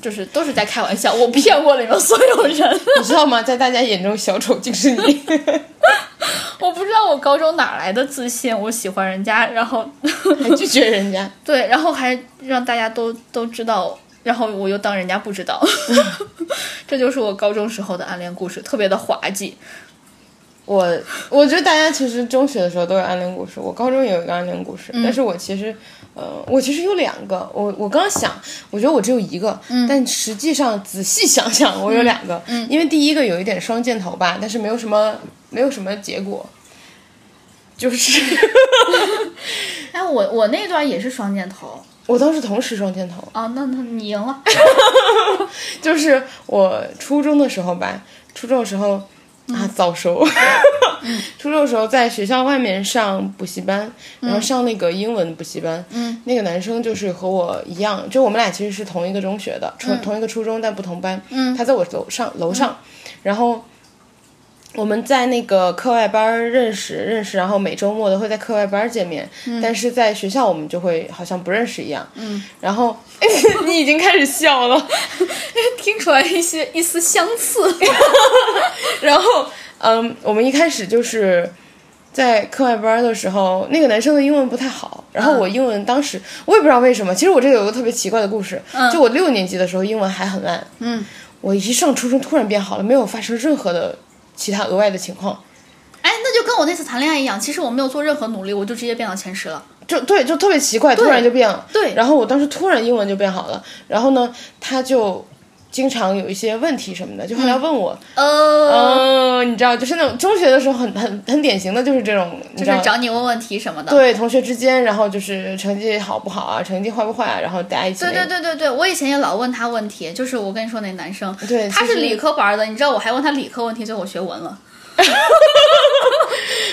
Speaker 1: 就是都是在开玩笑，我骗过你们所有 [laughs] 人，
Speaker 3: 你知道吗？在大家眼中，小丑竟是你。 [laughs]
Speaker 1: 我不知道我高中哪来的自信，我喜欢人家，然 [laughs] 后
Speaker 3: 还拒绝人家，
Speaker 1: 对，然后还让大家都都知道，然后我又当人家不知 [laughs] 道，这就是我高中时候的暗恋故事，特别的滑稽，
Speaker 3: 我我觉得大家其实中学的时候都有暗恋故事，我高中也有一个暗恋故事，但是我其实，呃，我其实有两个，我我刚想，我觉得我只有一个，但实际上仔细想想，我有两个，因为第一个有一点双箭头吧，但是没有什么没有什么结果，就是 [laughs]
Speaker 1: 哎，我我那段也是双箭头
Speaker 3: 我当时同时双箭头，
Speaker 1: 啊，那那你赢了，
Speaker 3: 就是我初中的时候吧，初中的时候啊早熟， [laughs] 初中的时候在学校外面上补习班，然后上那个英文补习班，嗯，那个男生就是和我一样，就我们俩其实是同一个中学的，同、同一个初中但不同班，嗯，他在我楼上楼上，然后。我们在那个课外班儿认识认识，然后每周末都会在课外班儿见面，但是在学校我们就会好像不认识一样。嗯，然后 [laughs] 你已经开始笑了，
Speaker 1: [laughs] 听出来一些一丝相 [laughs] 似。
Speaker 3: 然后，嗯，我们一开始就是在课外班的时候，那个男生的英文不太好，然后
Speaker 1: 嗯
Speaker 3: 我英文当时我也不知道为什么，其实我这个有个特别奇怪的故事，
Speaker 1: 嗯
Speaker 3: 就我六年级的时候英文还很烂，嗯，我一上初中突然变好了，没有发生任何的其他额外的情况，
Speaker 1: 哎，那就跟我那次谈恋爱一样，其实我没有做任何努力，我就直接变到前十了。
Speaker 3: 就对，就特别奇怪，突然就变了。
Speaker 1: 对
Speaker 3: 然后我当时突然英文就变好了，然后呢，他就经常有一些问题什么的，就后
Speaker 1: 嗯
Speaker 3: 来问我，
Speaker 1: 呃，
Speaker 3: 哦，你知道，就是那种中学的时候很很很典型的就是这种，你知
Speaker 1: 就
Speaker 3: 道
Speaker 1: 是。找你问问题什么的。
Speaker 3: 对同学之间，然后就是成绩好不好啊，成绩坏不坏啊，然后大家一起那
Speaker 1: 对
Speaker 3: 个。
Speaker 1: 对对对对，我以前也老问他问题，就是我跟你说那男生，
Speaker 3: 对
Speaker 1: 他
Speaker 3: 其
Speaker 1: 是
Speaker 3: 实
Speaker 1: 理科班的，你知道我还问他理科问题，最后我学文了。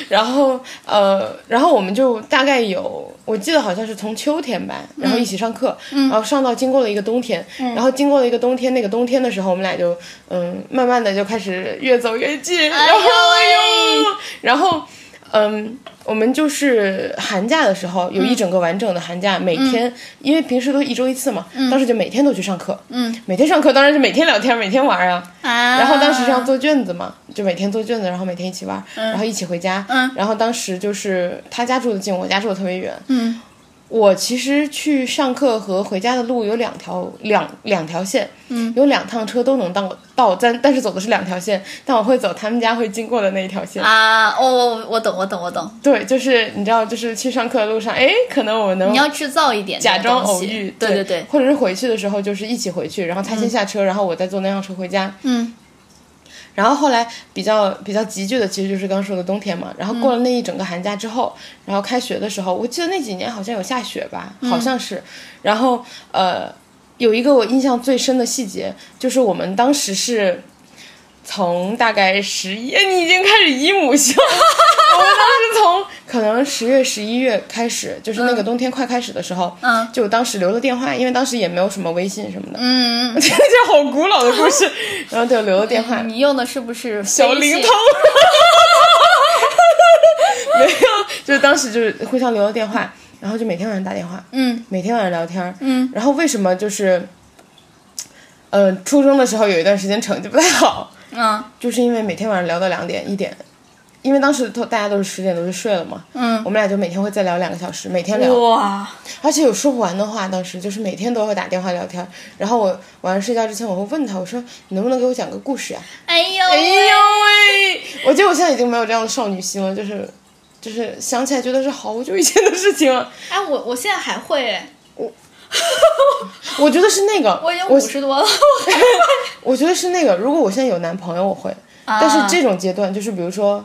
Speaker 3: 然后呃，然后我们就大概有，我记得好像是从秋天吧，然后一起上课，
Speaker 1: 嗯
Speaker 3: 然后上到经过了一个冬天，然后经过了一个冬天，那个冬天的时候，我们俩就嗯，慢慢的就开始越走越近，然后
Speaker 1: 哎
Speaker 3: 哎呦然后嗯。我们就是寒假的时候有
Speaker 1: 嗯
Speaker 3: 一整个完整的寒假，每天、因为平时都一周一次嘛，
Speaker 1: 嗯
Speaker 3: 当时就每天都去上课，嗯，每天上课当然是每天聊天，每天玩啊，
Speaker 1: 啊嗯
Speaker 3: 然后当时是要做卷子嘛，就每天做卷子，然后每天一起
Speaker 1: 嗯
Speaker 3: 玩，然后一起回家。然后当时就是他家住的近，我家住的特别远。我其实去上课和回家的路有两条两两条线，嗯，有两趟车都能到到，但但是走的是两条线，但我会走他们家会经过的那一条线。
Speaker 1: 啊，我我我懂，我懂，我懂。
Speaker 3: 对，就是你知道，就是去上课的路上，哎，可能我们能
Speaker 1: 你要制造一点那
Speaker 3: 假
Speaker 1: 个
Speaker 3: 装
Speaker 1: 东
Speaker 3: 偶
Speaker 1: 西
Speaker 3: 遇，
Speaker 1: 对
Speaker 3: 对
Speaker 1: 对嗯对，
Speaker 3: 或者是回去的时候就是一起回去，然后他先下车，然后我再坐那辆车回家。
Speaker 1: 嗯
Speaker 3: 然后后来比较比较急剧的，其实就是刚说的冬天嘛。然后过了
Speaker 1: 嗯
Speaker 3: 那一整个寒假之后，然后开学的时候，我记得那几年好像有下雪吧，
Speaker 1: 嗯
Speaker 3: 好像是。然后呃，有一个我印象最深的细节，就是我们当时是从大概十一，哎你已经开始姨母笑了。我们当时从可能十月、十一月开始，就是那个冬天快开始的时候，
Speaker 1: 嗯
Speaker 3: 就当时留了电话，因为当时也没有什么微信什么的，
Speaker 1: 嗯，
Speaker 3: 这 [laughs] 就好古老的故事。然后就留了电话，
Speaker 1: 你用的是不是
Speaker 3: 小
Speaker 1: 微
Speaker 3: 灵
Speaker 1: 信
Speaker 3: 通？。 [laughs] 没有，就是当时就是互相留了电话，然后就每天晚上打电话，
Speaker 1: 嗯
Speaker 3: 每天晚上聊天儿。
Speaker 1: 嗯
Speaker 3: 然后为什么就是，呃，初中的时候有一段时间成绩不太好，
Speaker 1: 嗯
Speaker 3: 就是因为每天晚上聊到两点一点，因为当时都大家都是十点多就睡了嘛，
Speaker 1: 嗯
Speaker 3: 我们俩就每天会再聊两个小时，每天聊，
Speaker 1: 哇，
Speaker 3: 而且有说不完的话。当时就是每天都会打电话聊天儿，然后我晚上睡觉之前我会问他，我说你能不能给我讲个故事呀、
Speaker 1: 哎呦
Speaker 3: 哎呦喂！ [laughs] 我觉得我现在已经没有这样的少女心了，就是，就是想起来觉得是好久以前的事情了。啊
Speaker 1: [laughs] 哎，我我现在还会哎，
Speaker 3: 我觉得是那个，
Speaker 1: 我已经
Speaker 3: 我
Speaker 1: 五十多了，
Speaker 3: [laughs] 我觉得是那个。如果我现在有男朋友，我会。
Speaker 1: 啊
Speaker 3: 但是这种阶段，就是比如说，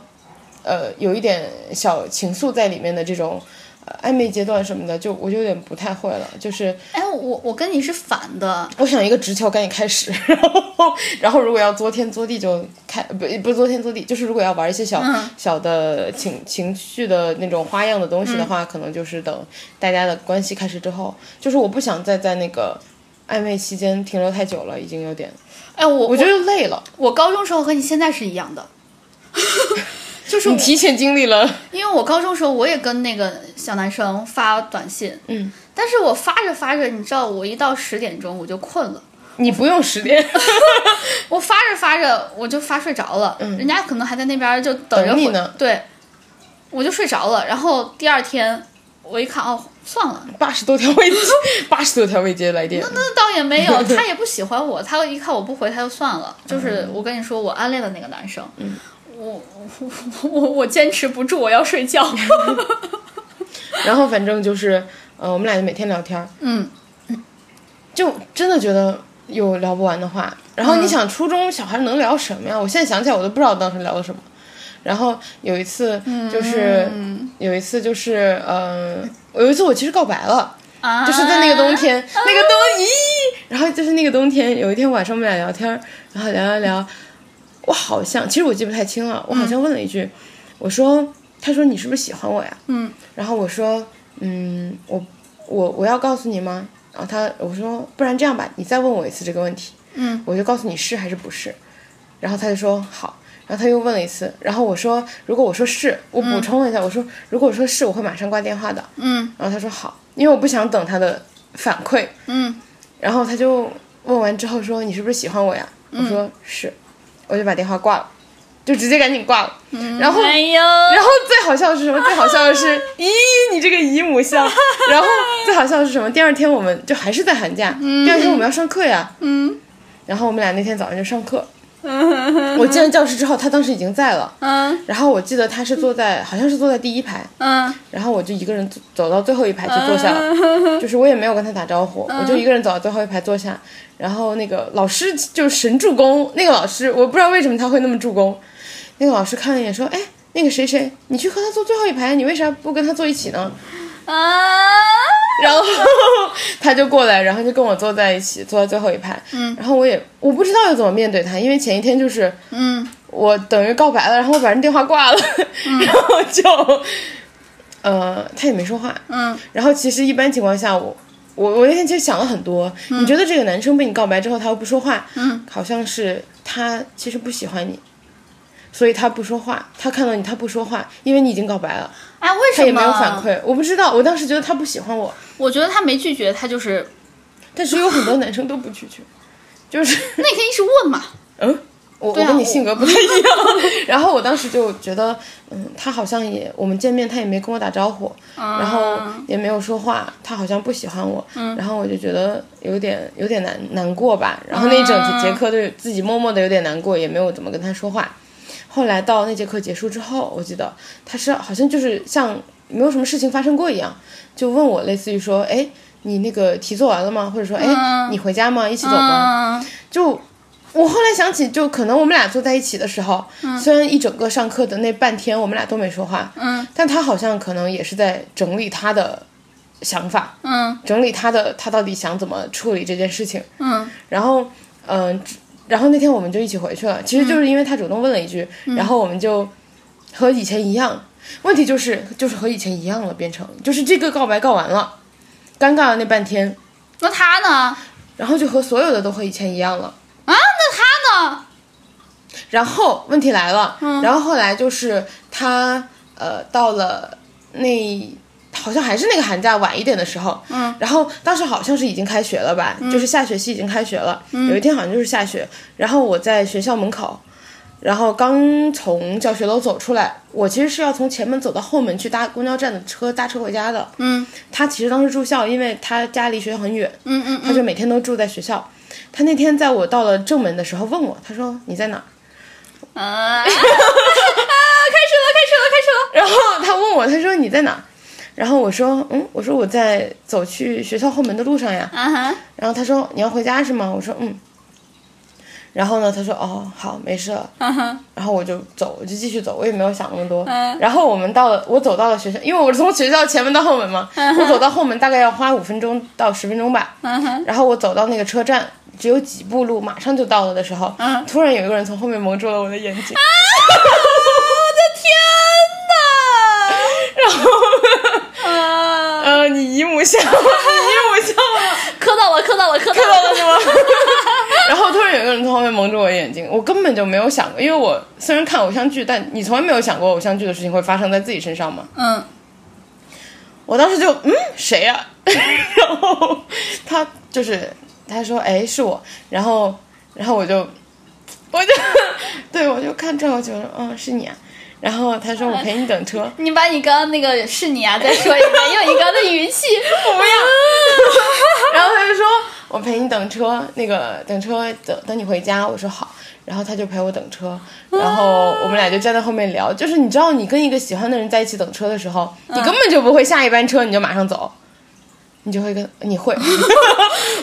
Speaker 3: 呃，有一点小情愫在里面的这种、呃暧昧阶段什么的，就我就有点不太会了。就是
Speaker 1: 哎，我我跟你是反的，
Speaker 3: 我想一个直球赶紧开始， [laughs] 然后然后如果要作天作地就开不不是作天作地，就是如果要玩一些小、
Speaker 1: 嗯
Speaker 3: 小的情情绪的那种花样的东西的
Speaker 1: 嗯
Speaker 3: 话，可能就是等大家的关系开始之后，就是我不想再在那个暧昧期间停留太久了，已经有点
Speaker 1: 哎，我
Speaker 3: 我
Speaker 1: 我
Speaker 3: 觉得累了，
Speaker 1: 我高中时候和你现在是一样的，就是
Speaker 3: 你提前经历了，
Speaker 1: 因为我高中时候我也跟那个小男生发短信，
Speaker 3: 嗯，
Speaker 1: 但是我发着发着，你知道，我一到十点钟我就困了，
Speaker 3: 你不用十点 [laughs]
Speaker 1: 我发着发着我就发睡着了，人家可能还在那边就等着
Speaker 3: 嗯等你
Speaker 1: 回
Speaker 3: 呢
Speaker 1: 对，我就睡着了，然后第二天我一看哦，算了，
Speaker 3: 八十多条未接，八十多条未接来电，
Speaker 1: 那倒也没
Speaker 3: [laughs]
Speaker 1: 有，他也不喜欢我，他一看我不回，他就算了。就是
Speaker 3: 嗯
Speaker 1: 我跟你说，我暗恋的那个男生，我我我我坚持不住，我要睡
Speaker 3: [laughs]
Speaker 1: 觉。
Speaker 3: 然后反正就是呃，我们俩就每天聊天，
Speaker 1: 嗯，
Speaker 3: 就真的觉得有聊不完的话。
Speaker 1: 嗯
Speaker 3: 然后你想，初中小孩能聊什么呀？我现在想起来，我都不知道当时聊的什么。然后有一次
Speaker 1: 嗯
Speaker 3: 就是、有一次就是呃，有一次我其实告白了，
Speaker 1: 啊，
Speaker 3: 就是在那个冬天，那个冬咦，然后就是那个冬天，有一天晚上我们俩聊天儿，然后聊聊聊，我好像其实我记不太清了，我好
Speaker 1: 嗯
Speaker 3: 像问了一句，我说，他说你是不是喜欢我呀？
Speaker 1: 嗯，
Speaker 3: 然后我说，嗯，我我我要告诉你吗？然后他我说，不然这样吧，你再问我一次这个问题，
Speaker 1: 嗯，
Speaker 3: 我就告诉你是还是不是。然后他就说好，然后他又问了一次，然后我说如果我说是，我补充了一下，我说如果我说是，我会马上挂电话的。
Speaker 1: 嗯
Speaker 3: 然后他说好，因为我不想等他的反馈。
Speaker 1: 嗯
Speaker 3: 然后他就问完之后说：“你是不是喜欢我呀？”我说：“是。”我就把电话挂了，就直接赶紧挂了。然后，
Speaker 1: 哎呦，
Speaker 3: 然后最好笑的是什么？最好笑的是，咦，你这个姨母笑。然后最好笑的是什么？第二天我们就还是在寒假，第二天我们要上课呀。
Speaker 1: 嗯
Speaker 3: 然后我们俩那天早上就上课。我进了教室之后，他当时已经在了。
Speaker 1: 嗯
Speaker 3: 然后我记得他是坐在，好像是坐在第一排。
Speaker 1: 嗯
Speaker 3: 然后我就一个人走走到最后一排去坐下了， [laughs] 就是我也没有跟他打招呼，我就一个人走到最后一排坐下。然后那个老师就是神助攻，那个老师我不知道为什么他会那么助攻。那个老师看了一眼说：“哎，那个谁谁，你去和他坐最后一排，你为啥不跟他坐一起呢 [laughs]
Speaker 1: 啊，？”
Speaker 3: 然 [laughs] 后他就过来，然后就跟我坐在一起，坐在最后一排。嗯，然后我也我不知道要怎么面对他，因为前一天就是
Speaker 1: 嗯
Speaker 3: 我等于告白了，然后我把人电话挂了， [laughs] 然后就呃他也没说话，
Speaker 1: 嗯
Speaker 3: 然后其实一般情况下，我我我那天其实想了很多。你觉得这个男生被你告白之后，他又不说话，
Speaker 1: 嗯，
Speaker 3: 好像是他其实不喜欢你，所以他不说话。他看到你，他不说话，因为你已经告白了，
Speaker 1: 哎，为
Speaker 3: 他
Speaker 1: 什么
Speaker 3: 也没有反？馈。我不知道，我当时觉得他不喜欢我，
Speaker 1: 我觉得他没拒绝，他就是
Speaker 3: 但是有很多男生都不拒绝，就是
Speaker 1: 那你可以一直问嘛。
Speaker 3: 嗯，我、
Speaker 1: 对啊
Speaker 3: 我跟
Speaker 1: 我
Speaker 3: 你性格不太一样。 [laughs] 然后我当时就觉得，嗯，他好像也我们见面，他也没跟我打招呼，
Speaker 1: 啊
Speaker 3: 然后也没有说话，他好像不喜欢我。
Speaker 1: 嗯
Speaker 3: 然后我就觉得有点有点难难过吧。然后那一
Speaker 1: 啊
Speaker 3: 整节课对自己默默的有点难过，也没有怎么跟他说话。后来到那节课结束之后，我记得他是好像就是像没有什么事情发生过一样，就问我类似于说，哎，你那个题做完了吗？或者说，哎，你回家吗？一起走吗？
Speaker 1: 嗯，
Speaker 3: 就我后来想起，就可能我们俩坐在一起的时候，虽然一整个上课的那半天我们俩都没说话，
Speaker 1: 嗯，
Speaker 3: 但他好像可能也是在整理他的想法，
Speaker 1: 嗯
Speaker 3: 整理他的他到底想怎么处理这件事情，
Speaker 1: 嗯
Speaker 3: 然后，嗯、只然后那天我们就一起回去了。其实就是因为他主动问了一句，然后我们就和以前一样。问题就是就是和以前一样了，变成就是这个告白告完了，尴尬了那半天，
Speaker 1: 那他呢？
Speaker 3: 然后就和所有的都和以前一样了。
Speaker 1: 啊，那他呢？
Speaker 3: 然后问题来了，然后后来就是他呃到了那好像还是那个寒假晚一点的时候，嗯，然后当时好像是已经开学了吧，就是下学期已经开学了，有一天好像就是下雪，然后我在学校门口。然后刚从教学楼走出来，我其实是要从前门走到后门去搭公交站的车，搭车回家的。
Speaker 1: 嗯
Speaker 3: 他其实当时住校，因为他家离学校很远，
Speaker 1: 嗯嗯
Speaker 3: 他就每天都住在学校。他那天在我到了正门的时候问我，他说你在哪儿？
Speaker 1: 嗯
Speaker 3: [laughs]
Speaker 1: 啊，啊开始了，开始了，开始了。
Speaker 3: 然后他问我，他说你在哪儿？然后我说，嗯，我说我在走去学校后门的路上呀。
Speaker 1: 啊哈，
Speaker 3: 然后他说你要回家是吗？我说嗯。然后呢，他说哦，好，没
Speaker 1: [laughs]
Speaker 3: 事了。
Speaker 1: 啊哈，
Speaker 3: 然后我就走，我就继续走，我也没有想那么多。
Speaker 1: 嗯
Speaker 3: 然后我们到了，我走到了学校，因为我是从学校前门到后门嘛，
Speaker 1: 嗯
Speaker 3: 我走到后门大概要花五分钟到十分钟吧。
Speaker 1: 啊哈，
Speaker 3: 然后我走到那个车站，只有几步路，马上就到了的时候，
Speaker 1: 嗯啊
Speaker 3: 突然有一个人从后面蒙住了我的眼睛。
Speaker 1: 天
Speaker 3: 然后，
Speaker 1: 哪！啊，
Speaker 3: 呃，你姨母笑，你姨母笑了。
Speaker 1: 磕到了，磕到了，磕 [laughs] 到
Speaker 3: 看到
Speaker 1: 了。
Speaker 3: 了是吗？ [laughs] 然后突然有一个人从后面蒙住我的眼睛，我根本就没有想过，因为我虽然看偶像剧，但你从来没有想过偶像剧的事情会发生在自己身上嘛。
Speaker 1: 嗯
Speaker 3: 我当时就嗯，谁呀、 [laughs] 然后他就是他说哎是我，然后然后我就 [laughs] 我就 [laughs] 对我就看正好就说嗯是你啊，然后他说我陪你等车，
Speaker 1: 你把你刚刚那个是你啊，再说一遍，用你刚刚的语气，
Speaker 3: 我不要。然后他就说：“我陪你等车，那个等车等等你回家。”我说好，然后他就陪我等车，然后我们俩就站在后面聊。就是你知道，你跟一个喜欢的人在一起等车的时候，你根本就不会下一班车你就马上走，你就会跟你会， [laughs]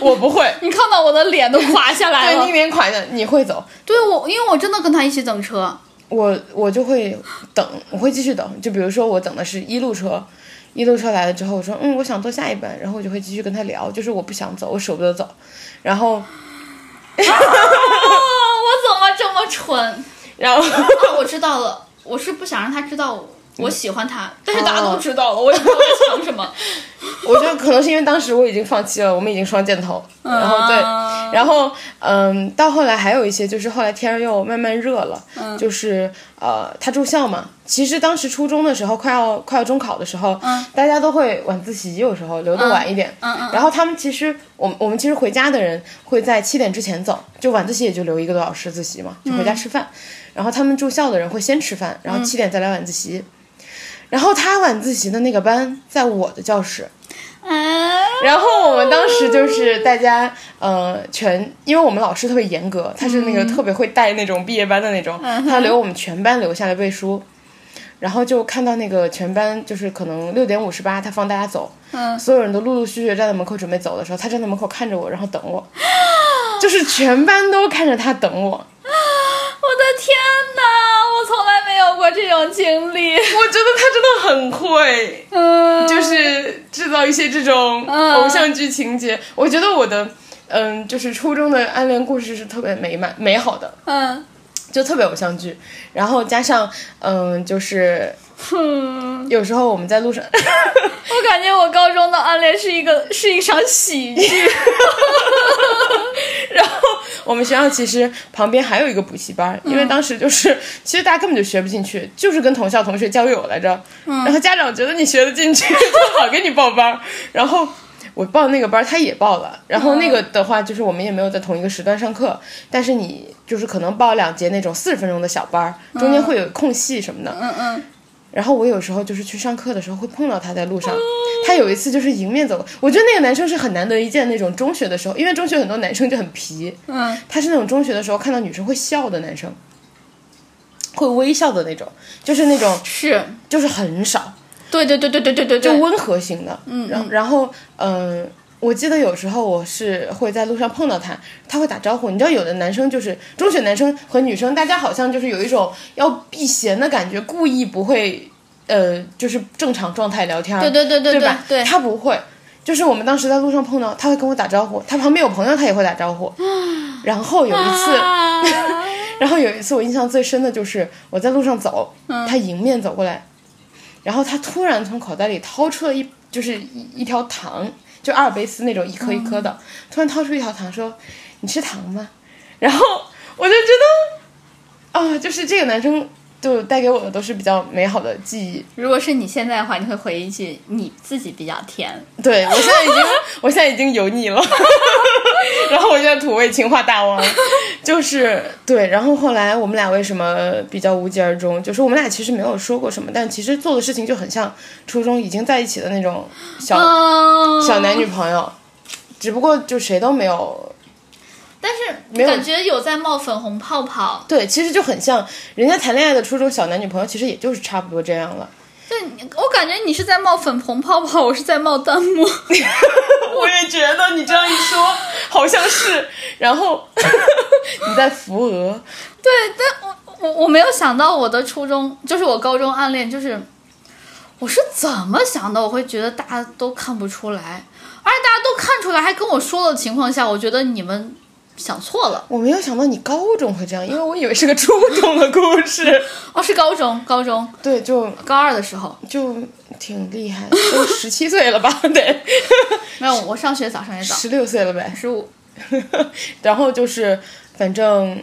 Speaker 3: 我不会，
Speaker 1: 你看到我的脸都垮下来
Speaker 3: 对，你
Speaker 1: 了
Speaker 3: 一。边快的你会走，
Speaker 1: 对我，因为我真的跟他一起等车。
Speaker 3: 我我就会等，我会继续等。就比如说我等的是一路车，一路车来了之后，我说嗯，我想坐下一班，然后我就会继续跟他聊，就是我不想走，我舍不得走。然后，
Speaker 1: 哦， [laughs] 我怎么这么蠢？啊
Speaker 3: 然
Speaker 1: [laughs]
Speaker 3: 后，
Speaker 1: 哦，我知道了，我是不想让他知道我我喜欢他，但是大家都知道了，我也不知道在想什 [laughs] 么。
Speaker 3: [laughs] 我觉得可能是因为当时我已经放弃了，我们已经双箭头。
Speaker 1: 嗯
Speaker 3: 然后对，然后嗯，到后来还有一些就是后来天儿又慢慢热了，
Speaker 1: 嗯
Speaker 3: 就是呃，他住校嘛。其实当时初中的时候，快要快要中考的时候，大家都会晚自习，有时候留的晚一点。
Speaker 1: 嗯嗯
Speaker 3: 然后他们其实，我们我们其实回家的人会在七点之前走，就晚自习也就留一个多小时自习
Speaker 1: 嗯
Speaker 3: 嘛，就回家吃饭。然后他们住校的人会先吃饭，然后七点再来晚自习。
Speaker 1: 嗯
Speaker 3: 然后他晚自习的那个班在我的教室，
Speaker 1: 哎，
Speaker 3: 然后我们当时就是大家，呃，全因为我们老师特别严格，他是那个特别会带那种毕业班的那种，他留我们全班留下来背书，然后就看到那个全班就是可能六点五十八，他放大家走，
Speaker 1: 嗯
Speaker 3: 所有人都陆陆续续地站在门口准备走的时候，他站在门口看着我，然后等我， [gasps] 就是全班都看着他等我，
Speaker 1: 我的天哪，我从来没有过这种经历。
Speaker 3: 我觉得他真的很会，
Speaker 1: 嗯，
Speaker 3: 就是制造一些这种
Speaker 1: 嗯
Speaker 3: 偶像剧情节。我觉得我的，嗯，就是初中的暗恋故事是特别美满、美好的，
Speaker 1: 嗯。
Speaker 3: 就特别偶像剧。然后加上，嗯，就是
Speaker 1: 哼，
Speaker 3: 有时候我们在路上，
Speaker 1: 我感觉我高中的暗恋是一个是一场喜剧。
Speaker 3: 然后 [laughs] 我们学校其实旁边还有一个补习班，因为当时就是其实大家根本就学不进去，就是跟同校同学交友来着。然后家长觉得你学得进去，就老给你报班儿。然后我报那个班儿，他也报了。然后那个的话，就是我们也没有在同一个时段上课，但是你就是可能报两节那种四十分钟的小班儿，中间会有空隙什么的。
Speaker 1: 嗯嗯，
Speaker 3: 然后我有时候就是去上课的时候会碰到他在路上，他有一次就是迎面走过，我觉得那个男生是很难得一见那种中学的时候，因为中学很多男生就很皮，
Speaker 1: 嗯，
Speaker 3: 他是那种中学的时候看到女生会笑的男生，会微笑的那种，就是那种
Speaker 1: 是，
Speaker 3: 就是很少，
Speaker 1: 对对对对对对对
Speaker 3: 就
Speaker 1: 对，
Speaker 3: 温和型的，嗯，然然后嗯、呃我记得有时候我是会在路上碰到他，他会打招呼。你知道，有的男生就是中学男生和女生，大家好像就是有一种要避嫌的感觉，故意不会，呃，就是正常状态聊天儿，
Speaker 1: 对对对对
Speaker 3: 对
Speaker 1: 对
Speaker 3: 吧？
Speaker 1: 对
Speaker 3: 他不会。就是我们当时在路上碰到，他会跟我打招呼，他旁边有朋友，他也会打
Speaker 1: [gasps]
Speaker 3: 招呼。然后有一次，
Speaker 1: 啊
Speaker 3: 然后有一次我印象最深的就是我在路上走，他迎面走过来，然后他突然从口袋里掏出了一就是一一条糖，就阿尔卑斯那种一颗一颗的，突然掏出一条糖说：“你吃糖吗？”然后我就觉得啊，就是这个男生就带给我的都是比较美好的记忆。
Speaker 1: 如果是你现在的话，你会回一句你自己比较甜，
Speaker 3: 对我现在已经我现在已经油腻 [laughs] 了，然后我现在土味情话大王，就是对，然后后来我们俩为什么比较无疾而终，就是我们俩其实没有说过什么，但其实做的事情就很像初中已经在一起的那种小、
Speaker 1: 嗯，
Speaker 3: 小男女朋友，只不过就谁都没有。
Speaker 1: 但是
Speaker 3: 没有
Speaker 1: 感觉有在冒粉红泡泡，
Speaker 3: 对，其实就很像人家谈恋爱的初中小男女朋友，其实也就是差不多这样了。
Speaker 1: 对，你我感觉你是在冒粉红泡泡，我是在冒弹幕，
Speaker 3: [laughs] 我也觉得你这样一说，好像是。 [laughs] 然后你在扶额，
Speaker 1: 对，但我我我没有想到我的初中，就是我高中暗恋，就是我是怎么想的？我会觉得大家都看不出来，而且大家都看出来还跟我说的情况下，我觉得你们想错了。
Speaker 3: 我没有想到你高中会这 [laughs] 样，因为我以为是个初中的故事。
Speaker 1: 哦，是高中，高中
Speaker 3: [laughs] 对，就
Speaker 1: 高二的时候，
Speaker 3: 就挺厉害，都 [laughs] 十七岁了吧？得
Speaker 1: 没有，我上学早上也早，
Speaker 3: [laughs] 十六岁了呗。
Speaker 1: 十五，
Speaker 3: 然后就是，反正，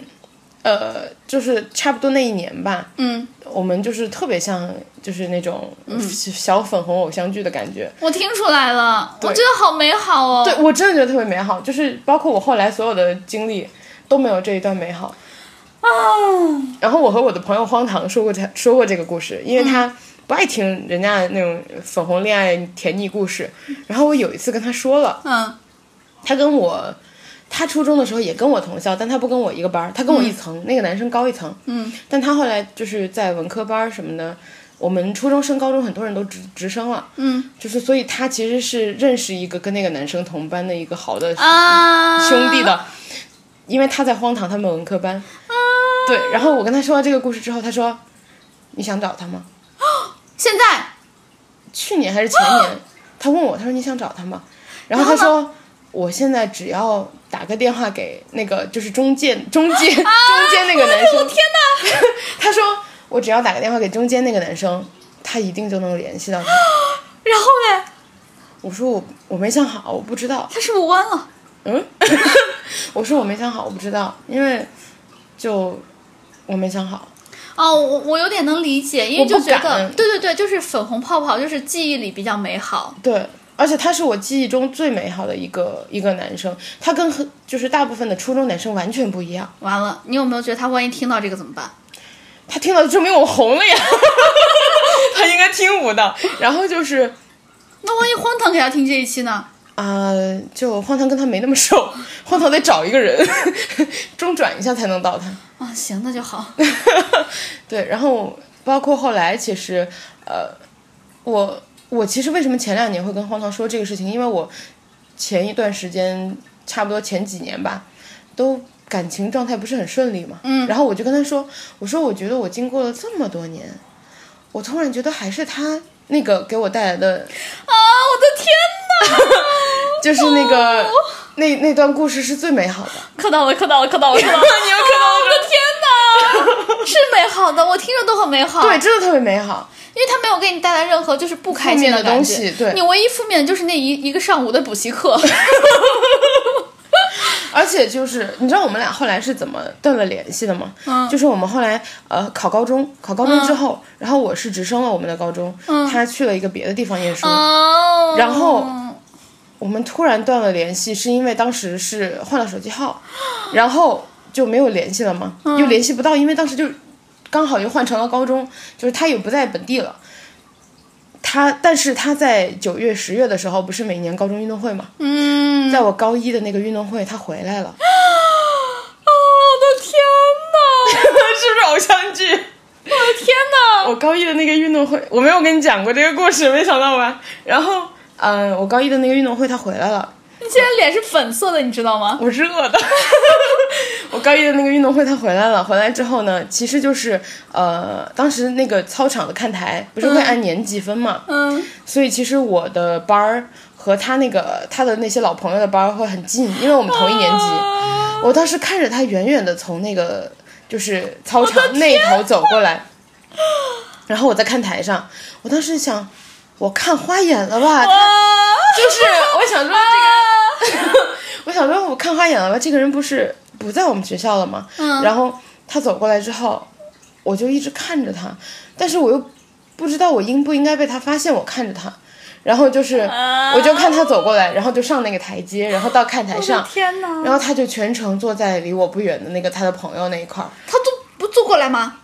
Speaker 3: 呃，就是差不多那一年吧，
Speaker 1: 嗯，
Speaker 3: 我们就是特别像就是那种小粉红偶像剧的感觉。
Speaker 1: 我听出来了，我觉得好美好哦。
Speaker 3: 对，我真的觉得特别美好，就是包括我后来所有的经历都没有这一段美好。
Speaker 1: 啊，
Speaker 3: 然后我和我的朋友荒唐说过这说过这个故事，因为
Speaker 1: 嗯
Speaker 3: 他不爱听人家那种粉红恋爱甜腻故事。然后我有一次跟他说了，
Speaker 1: 嗯
Speaker 3: 他跟我，他初中的时候也跟我同校，但他不跟我一个班儿，他跟我一层，那个男生高一层。
Speaker 1: 嗯，
Speaker 3: 但他后来就是在文科班儿什么的，我们初中升高中很多人都直直升了，
Speaker 1: 嗯
Speaker 3: 就是所以他其实是认识一个跟那个男生同班的一个好的
Speaker 1: 啊，
Speaker 3: 兄弟的，因为他在荒唐他们文科班。对，然后我跟他说完这个故事之后，他说：“你想找他吗
Speaker 1: 现在。？”
Speaker 3: 去年还是前年，他问我，他说：“你想找他吗？”然后他说：“我现在只要打个电话给那个就是中介中介
Speaker 1: 啊
Speaker 3: 中间那个男生。”天哪！ [laughs] 他说：“我只要打个电话给中间那个男生，他一定就能联系到他。
Speaker 1: 然后嘞，”
Speaker 3: 我说我：“我没想好，我不知道。”
Speaker 1: 他是不是弯了？
Speaker 3: 嗯， [laughs] 我说我没想好，我不知道，因为就我没想好。
Speaker 1: 哦，我我有点能理解，因为就觉
Speaker 3: 我不
Speaker 1: 得，
Speaker 3: 敢
Speaker 1: 对对对，就是粉红泡泡，就是记忆里比较美好。
Speaker 3: 对，而且他是我记忆中最美好的一个一个男生，他跟很就是大部分的初中男生完全不一样。
Speaker 1: 完了，你有没有觉得他万一听到这个怎么办？
Speaker 3: 他听到就证明我红了呀， [laughs] 他应该听我的。然后就是
Speaker 1: 那万一荒唐给他听这一期呢？
Speaker 3: 啊、就荒唐跟他没那么熟，荒唐得找一个人 [laughs] 中转一下才能到他。
Speaker 1: 啊，行，那就好。
Speaker 3: [laughs] 对，然后包括后来，其实呃，我我其实为什么前两年会跟荒唐说这个事情，因为我前一段时间，差不多前几年吧，都感情状态不是很顺利嘛，嗯，然后我就跟他说，我说我觉得我经过了这么多年，我突然觉得还是他那个给我带来的，
Speaker 1: 啊，我的天
Speaker 3: 就是那个、那那段故事是最美好的。
Speaker 1: 哪！ [laughs] 磕到了，磕到了，磕到了，磕到了！ [laughs] 你又磕到了！我的天 [laughs] 哪，是美好的，我听着都很美好。
Speaker 3: 对，，真的特别美好。
Speaker 1: 因为他没有给你带来任何就是不开心
Speaker 3: 负面的东
Speaker 1: 感
Speaker 3: 西
Speaker 1: 觉。
Speaker 3: 对
Speaker 1: 你唯一负面的就是那一一个上午的补习 [laughs] 课。
Speaker 3: 而且就是你知道我们俩后来是怎么断了联系的吗？就是我们后来呃考高中，考高中之后，然后我是嗯直升了我们的高中，他去了一个别的地方念书，
Speaker 1: 哦，
Speaker 3: 然后我们突然断了联系，是因为当时是换了手机 [gasps] 号，然后就没有联系了嘛，又联系不到，因为当时就刚好又换成了高中，就是他也不在本地了。他，但是他在九月、十月的时候，不是每年高中运动会嘛？
Speaker 1: 嗯，
Speaker 3: 在我高一的那个运动会，他回来了，
Speaker 1: 啊，我的天哪！
Speaker 3: 是不 [laughs] 是偶像剧？
Speaker 1: 我的天哪！
Speaker 3: [laughs] 我高一的那个运动会，我没有跟你讲过这个故事，没想到吧？然后，嗯、我高一的那个运动会他回来了，
Speaker 1: 你现在脸是粉色的，你知道吗？
Speaker 3: 我热的。 [laughs] 我高一的那个运动会他回来了，回来之后呢，其实就是呃，当时那个操场的看台不是会按年级分嘛，
Speaker 1: 嗯，
Speaker 3: 所以其实我的班儿和他那个他的那些老朋友的班儿会很近，因为我们同一年级。
Speaker 1: 啊
Speaker 3: 我当时看着他远远的从那个就是操场那头走过来，然后我在看台上，我当时想，我看花眼
Speaker 1: [laughs]
Speaker 3: 了吧？他
Speaker 1: 啊，
Speaker 3: 就是我想说这个，
Speaker 1: 这个
Speaker 3: 我想说我看花眼了吧？这个人不是不在我们学校了吗？
Speaker 1: [laughs] 嗯
Speaker 3: 然后他走过来之后，我就一直看着他，但是我又不知道我应不应该被他发现我看着他。然后就是，
Speaker 1: 啊
Speaker 3: 我就看他走过来，然后就上那个台阶，然后到看台
Speaker 1: 我的
Speaker 3: 上，
Speaker 1: 天哪！
Speaker 3: 然后他就全程坐在离我不远的那个他的朋友那一块儿，
Speaker 1: 他坐不坐过来吗？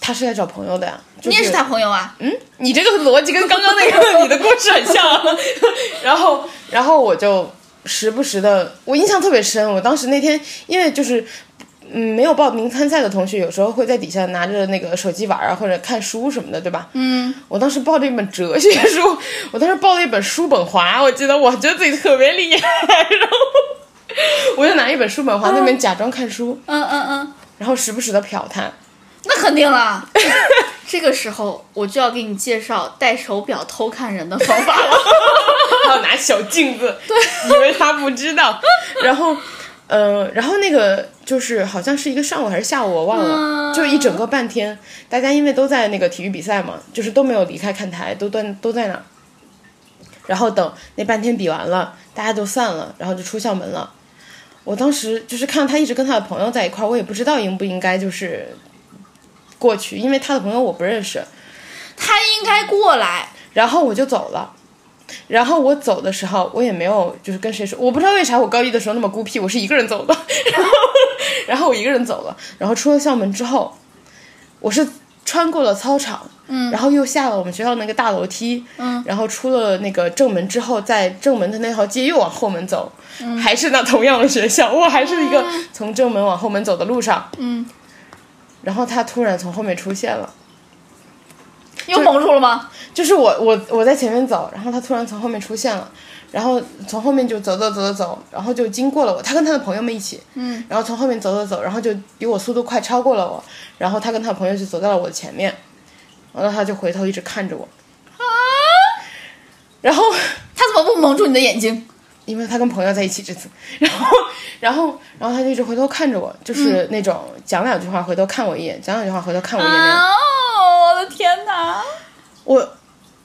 Speaker 3: 他是来找朋友的呀。就
Speaker 1: 你也是他，朋友啊？
Speaker 3: 嗯，你这个逻辑跟刚刚那个你的故事很像啊。 [laughs] 然后，然后我就时不时的，我印象特别深。我当时那天因为就是。嗯，没有报名参赛的同学，有时候会在底下拿着那个手机玩啊，或者看书什么的，对吧？
Speaker 1: 嗯，
Speaker 3: 我当时抱着一本哲学书， [laughs] 我当时抱了一本叔本华，我记得我觉得自己特别厉害，然后我就拿一本叔本华那边假装看书，
Speaker 1: 嗯嗯嗯，
Speaker 3: 然后时不时的瞟他。
Speaker 1: 那肯定 [laughs] 啦。这个时候我就要给你介绍戴手表偷看人的方法了。 [laughs]
Speaker 3: 还要拿小镜子，对，以为他不知道。然后，呃，然后那个就是好像是一个上午还是下午，我忘了，
Speaker 1: 嗯
Speaker 3: 就一整个半天，大家因为都在那个体育比赛嘛，就是都没有离开看台，都端都在那儿。然后等那半天比完了，大家都散了，然后就出校门了。我当时就是看到他一直跟他的朋友在一块儿，我也不知道应不应该就是过去，因为他的朋友我不认识。
Speaker 1: 他应该过来，
Speaker 3: 然后我就走了。然后我走的时候，我也没有就是跟谁说，我不知道为啥我高一的时候那么孤僻，我是一个人走的。 [laughs] 然后，然后我一个人走了。然后出了校门之后，我是穿过了操场，嗯，然后又下了我们学校那个大楼梯，嗯，然后出了那个正门之后，在正门的那条街又往后门走，还是那同样的学校，我还是一个从正门往后门走的路上，
Speaker 1: 嗯，
Speaker 3: 然后他突然从后面出现了。
Speaker 1: 又蒙住了吗？
Speaker 3: 就是我我我在前面走，然后他突然从后面出现了，然后从后面就走走走走走，然后就经过了我，他跟他的朋友们一起，
Speaker 1: 嗯，
Speaker 3: 然后从后面走走走，然后就比我速度快超过了我，然后他跟他的朋友就走到了我的前面，然后他就回头一直看着我，
Speaker 1: 啊，
Speaker 3: 然后
Speaker 1: 他怎么不蒙住你的眼睛？
Speaker 3: 因为他跟朋友在一起这次，然后然后然后他就一直回头看着我，就是
Speaker 1: 嗯
Speaker 3: 那种讲两句话回头看我一眼，讲两句话回头看我一眼那种。
Speaker 1: 啊，我的天哪！
Speaker 3: 我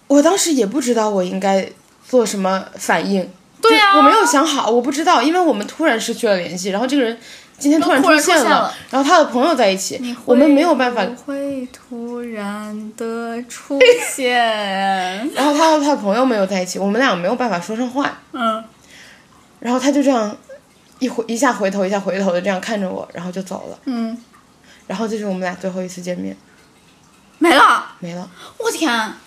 Speaker 3: 我当时也不知道我应该做什么反应，
Speaker 1: 对啊
Speaker 3: 就我没有想好，我不知道，因为我们突然失去了联系，然后这个人今天突然
Speaker 1: 突然
Speaker 3: 出现
Speaker 1: 出现了
Speaker 3: 然后他的朋友在一起，我们没有办法。。
Speaker 1: 会突然的出现 [laughs]
Speaker 3: 然后他和他的朋友没有在一起，我们俩没有办法说上话。
Speaker 1: 嗯，
Speaker 3: 然后他就这样一回一下回头一下回头的这样看着我，然后就走了。
Speaker 1: 嗯，
Speaker 3: 然后这是我们俩最后一次见面，
Speaker 1: 没了！
Speaker 3: 没了。
Speaker 1: 我天，啊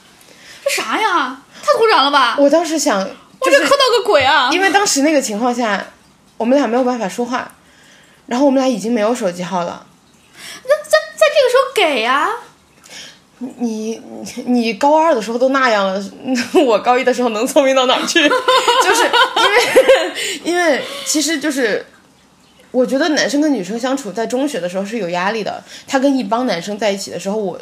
Speaker 1: 这啥呀？太突然了吧！
Speaker 3: 我当时想，
Speaker 1: 我
Speaker 3: 就
Speaker 1: 这
Speaker 3: 是
Speaker 1: 磕到个鬼啊！
Speaker 3: 因为当时那个情况下，我们俩没有办法说话，然后我们俩已经没有手机号了。
Speaker 1: 那在在这个时候给
Speaker 3: 啊
Speaker 1: 呀、
Speaker 3: 你你你高二的时候都那样了，我高一的时候能聪明到哪儿去？ [laughs] 就是因为因为其实就是，我觉得男生跟女生相处在中学的时候是有压力的。他跟一帮男生在一起的时候，我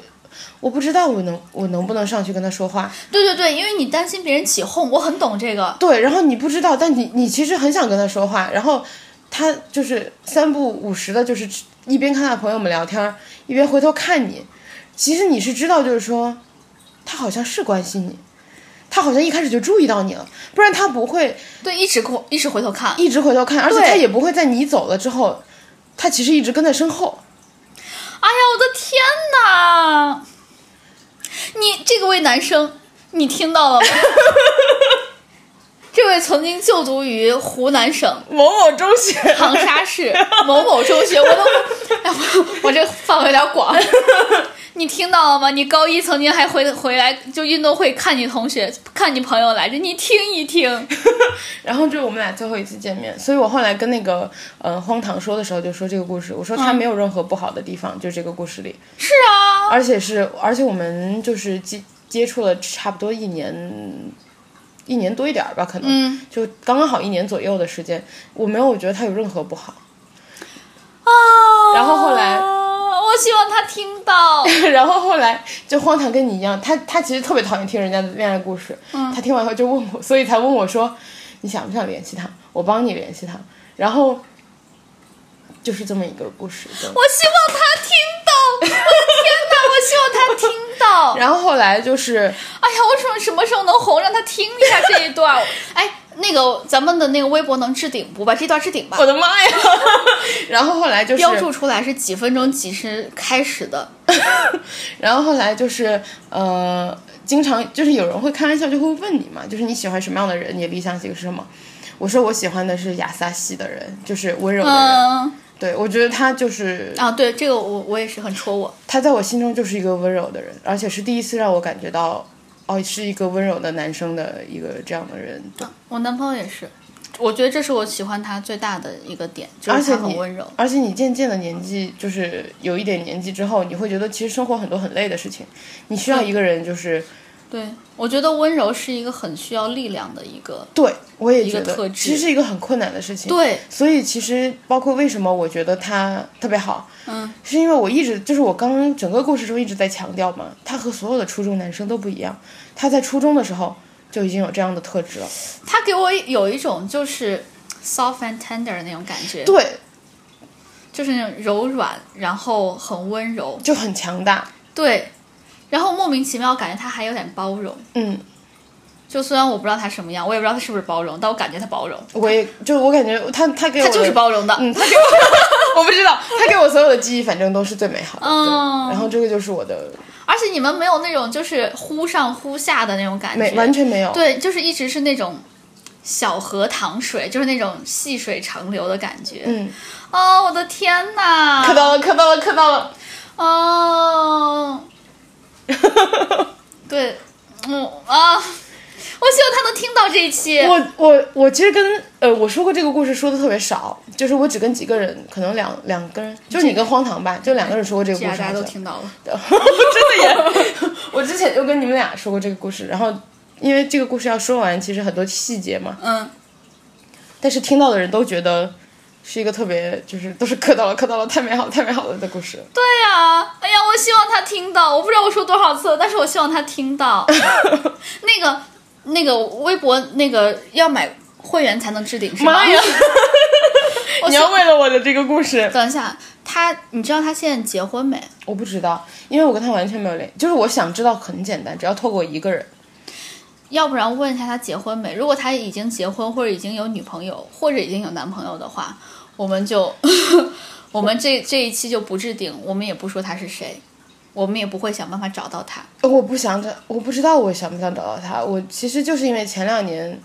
Speaker 3: 我不知道我能我能不能上去跟他说话。
Speaker 1: 对对对，因为你担心别人起哄，我很懂这个。
Speaker 3: 对，然后你不知道，但你你其实很想跟他说话，然后他就是三不五十的，就是一边看他朋友们聊天儿，一边回头看你。其实你是知道，就是说，他好像是关心你，他好像一开始就注意到你了，不然他不会
Speaker 1: 对，一直过，一直回头看。
Speaker 3: 一直回头看，而且
Speaker 1: 对
Speaker 3: 他也不会在你走了之后，他其实一直跟在身后。
Speaker 1: 哎呀，我的天哪！
Speaker 3: [laughs]
Speaker 1: 你这个位男生，你听到了吗？这位曾经就读于湖南省
Speaker 3: 某某中学，
Speaker 1: 长沙市某某中学，我都，哎，我我这范围有点广。 [laughs] 你听到了吗？你高一曾经还回回来就运动会看你同学、看你朋友来着，你听一
Speaker 3: [laughs]
Speaker 1: 听。
Speaker 3: [laughs] 然后这是我们俩最后一次见面，所以我后来跟那个呃荒唐说的时候，就说这个故事，我说它没有任何不好的地方，就这个故事里，
Speaker 1: 是啊，
Speaker 3: 而且是而且我们就是接接触了差不多一年，一年多一点儿吧，可能、
Speaker 1: 嗯
Speaker 3: 就刚刚好一年左右的时间，我没有觉得它有任何不好， [laughs]
Speaker 1: 啊。
Speaker 3: 然后后来
Speaker 1: 我希望他听到。
Speaker 3: 然后后来就荒唐跟你一样，他他其实特别讨厌听人家的恋爱故事，
Speaker 1: 嗯
Speaker 3: 他听完以后就问我，所以才问我说，你想不想联系他？我帮你联系他。然后就是这么一个故事。
Speaker 1: 我希
Speaker 3: 对
Speaker 1: 望他听到，我的天哪！我希望他听到。
Speaker 3: 然后后来就是
Speaker 1: 哎呀，我什么什么时候能红，让他听一下这一段儿？哎，那个咱们的那个微博能置顶不吧？这段置顶
Speaker 3: [laughs]
Speaker 1: 吧
Speaker 3: 我。的妈呀，然后后来哦就是
Speaker 1: 标注出来是几分钟几时开始的，
Speaker 3: 然后后来就是呃，经常就是有人会开玩笑就会问你嘛，就是你喜欢什么样的人，你的理想型是什么？我说我喜欢的是亚萨西的人，就是温柔的人。
Speaker 1: 嗯
Speaker 3: 对，我觉得他就是
Speaker 1: 啊，对这个我我也是很戳我，
Speaker 3: 他在我心中就是一个温柔的人，而且是第一次让我感觉到，哦，是一个温柔的男生的一个这样的人。对
Speaker 1: 我男朋友也是，我觉得这是我喜欢他最大的一个点，就
Speaker 3: 而
Speaker 1: 是
Speaker 3: 且
Speaker 1: 他
Speaker 3: 你
Speaker 1: 很温柔。
Speaker 3: 而且你渐渐的年纪，就是有一点年纪之后，你会觉得其实生活很多很累的事情，你需要一个人就是。
Speaker 1: 对，我觉得温柔是一个很需要力量的一个，
Speaker 3: 对，我也觉
Speaker 1: 一个特
Speaker 3: 得，
Speaker 1: 质
Speaker 3: 其实是一个很困难的事情。
Speaker 1: 对
Speaker 3: 所以其实包括为什么我觉得他特别好，嗯，是因为我一直就是我刚刚整个故事中一直在强调嘛，他和所有的初中男生都不一样，他在初中的时候就已经有这样的特质了。
Speaker 1: 他给我有一种就是 soft and tender 的那种感觉，
Speaker 3: 对，
Speaker 1: 就是那种柔软，然后很温柔，
Speaker 3: 就很强大。
Speaker 1: 对，然后莫名其妙感觉他还有点包容。
Speaker 3: 嗯，
Speaker 1: 就虽然我不知道他什么样，我也不知道他是不是包容，但我感觉他包容，
Speaker 3: 我也就我感觉他他给我
Speaker 1: 他
Speaker 3: 的
Speaker 1: 就是包容的。[laughs]
Speaker 3: 嗯，他给我我不知道，他给我所有的记忆反正都是最美好的。对
Speaker 1: 嗯
Speaker 3: 然后这个就是我的
Speaker 1: 而且你们没有那种就是忽上忽下的那种感觉，
Speaker 3: 没完全没有。
Speaker 1: 对，就是一直是那种小河淌水，就是那种细水长流的感觉。
Speaker 3: 嗯，
Speaker 1: 哦，我的天哪！
Speaker 3: 磕到了，磕到了，磕到了。
Speaker 1: 哦，对，嗯啊，我希望他能听到这一期。
Speaker 3: 我我我其实跟呃我说过这个故事说的特别少，就是我只跟几个人，可能两两个人，就是你跟荒唐吧，就两个人说过这个
Speaker 1: 既
Speaker 3: 故
Speaker 1: 然
Speaker 3: 事。
Speaker 1: 大家
Speaker 3: 好
Speaker 1: 都
Speaker 3: 像
Speaker 1: 听到了，
Speaker 3: [laughs] 真的耶！ [laughs] 我之前就跟你们俩说过这个故事，然后因为这个故事要说完，其实很多细节嘛，
Speaker 1: 嗯，
Speaker 3: 但是听到的人都觉得是一个特别，就是都是磕到了磕到了，太美好太美好了的故事。
Speaker 1: 对呀、哎呀，我希望他听到，我不知道我说多少次了，但是我希望他听 [laughs] 到。那个那个微博那个要买会员才能置顶是吗？
Speaker 3: 妈呀！
Speaker 1: [laughs] 我
Speaker 3: 你
Speaker 1: 希
Speaker 3: 要为了我的这个故事，
Speaker 1: 等一下，他你知道他现在结婚没？
Speaker 3: 我不知道，因为我跟他完全没有联，就是我想知道很简单，只要透过一个人，
Speaker 1: 要不然问一下他结婚没？如果他已经结婚或者已经有女朋友或者已经有男朋友的话，我们就 [laughs] 我们这这一期就不置顶，我们也不说他是谁，我们也不会想办法找到他。
Speaker 3: 我不想找，我不知道我想不想找到他。我其实就是因为前两年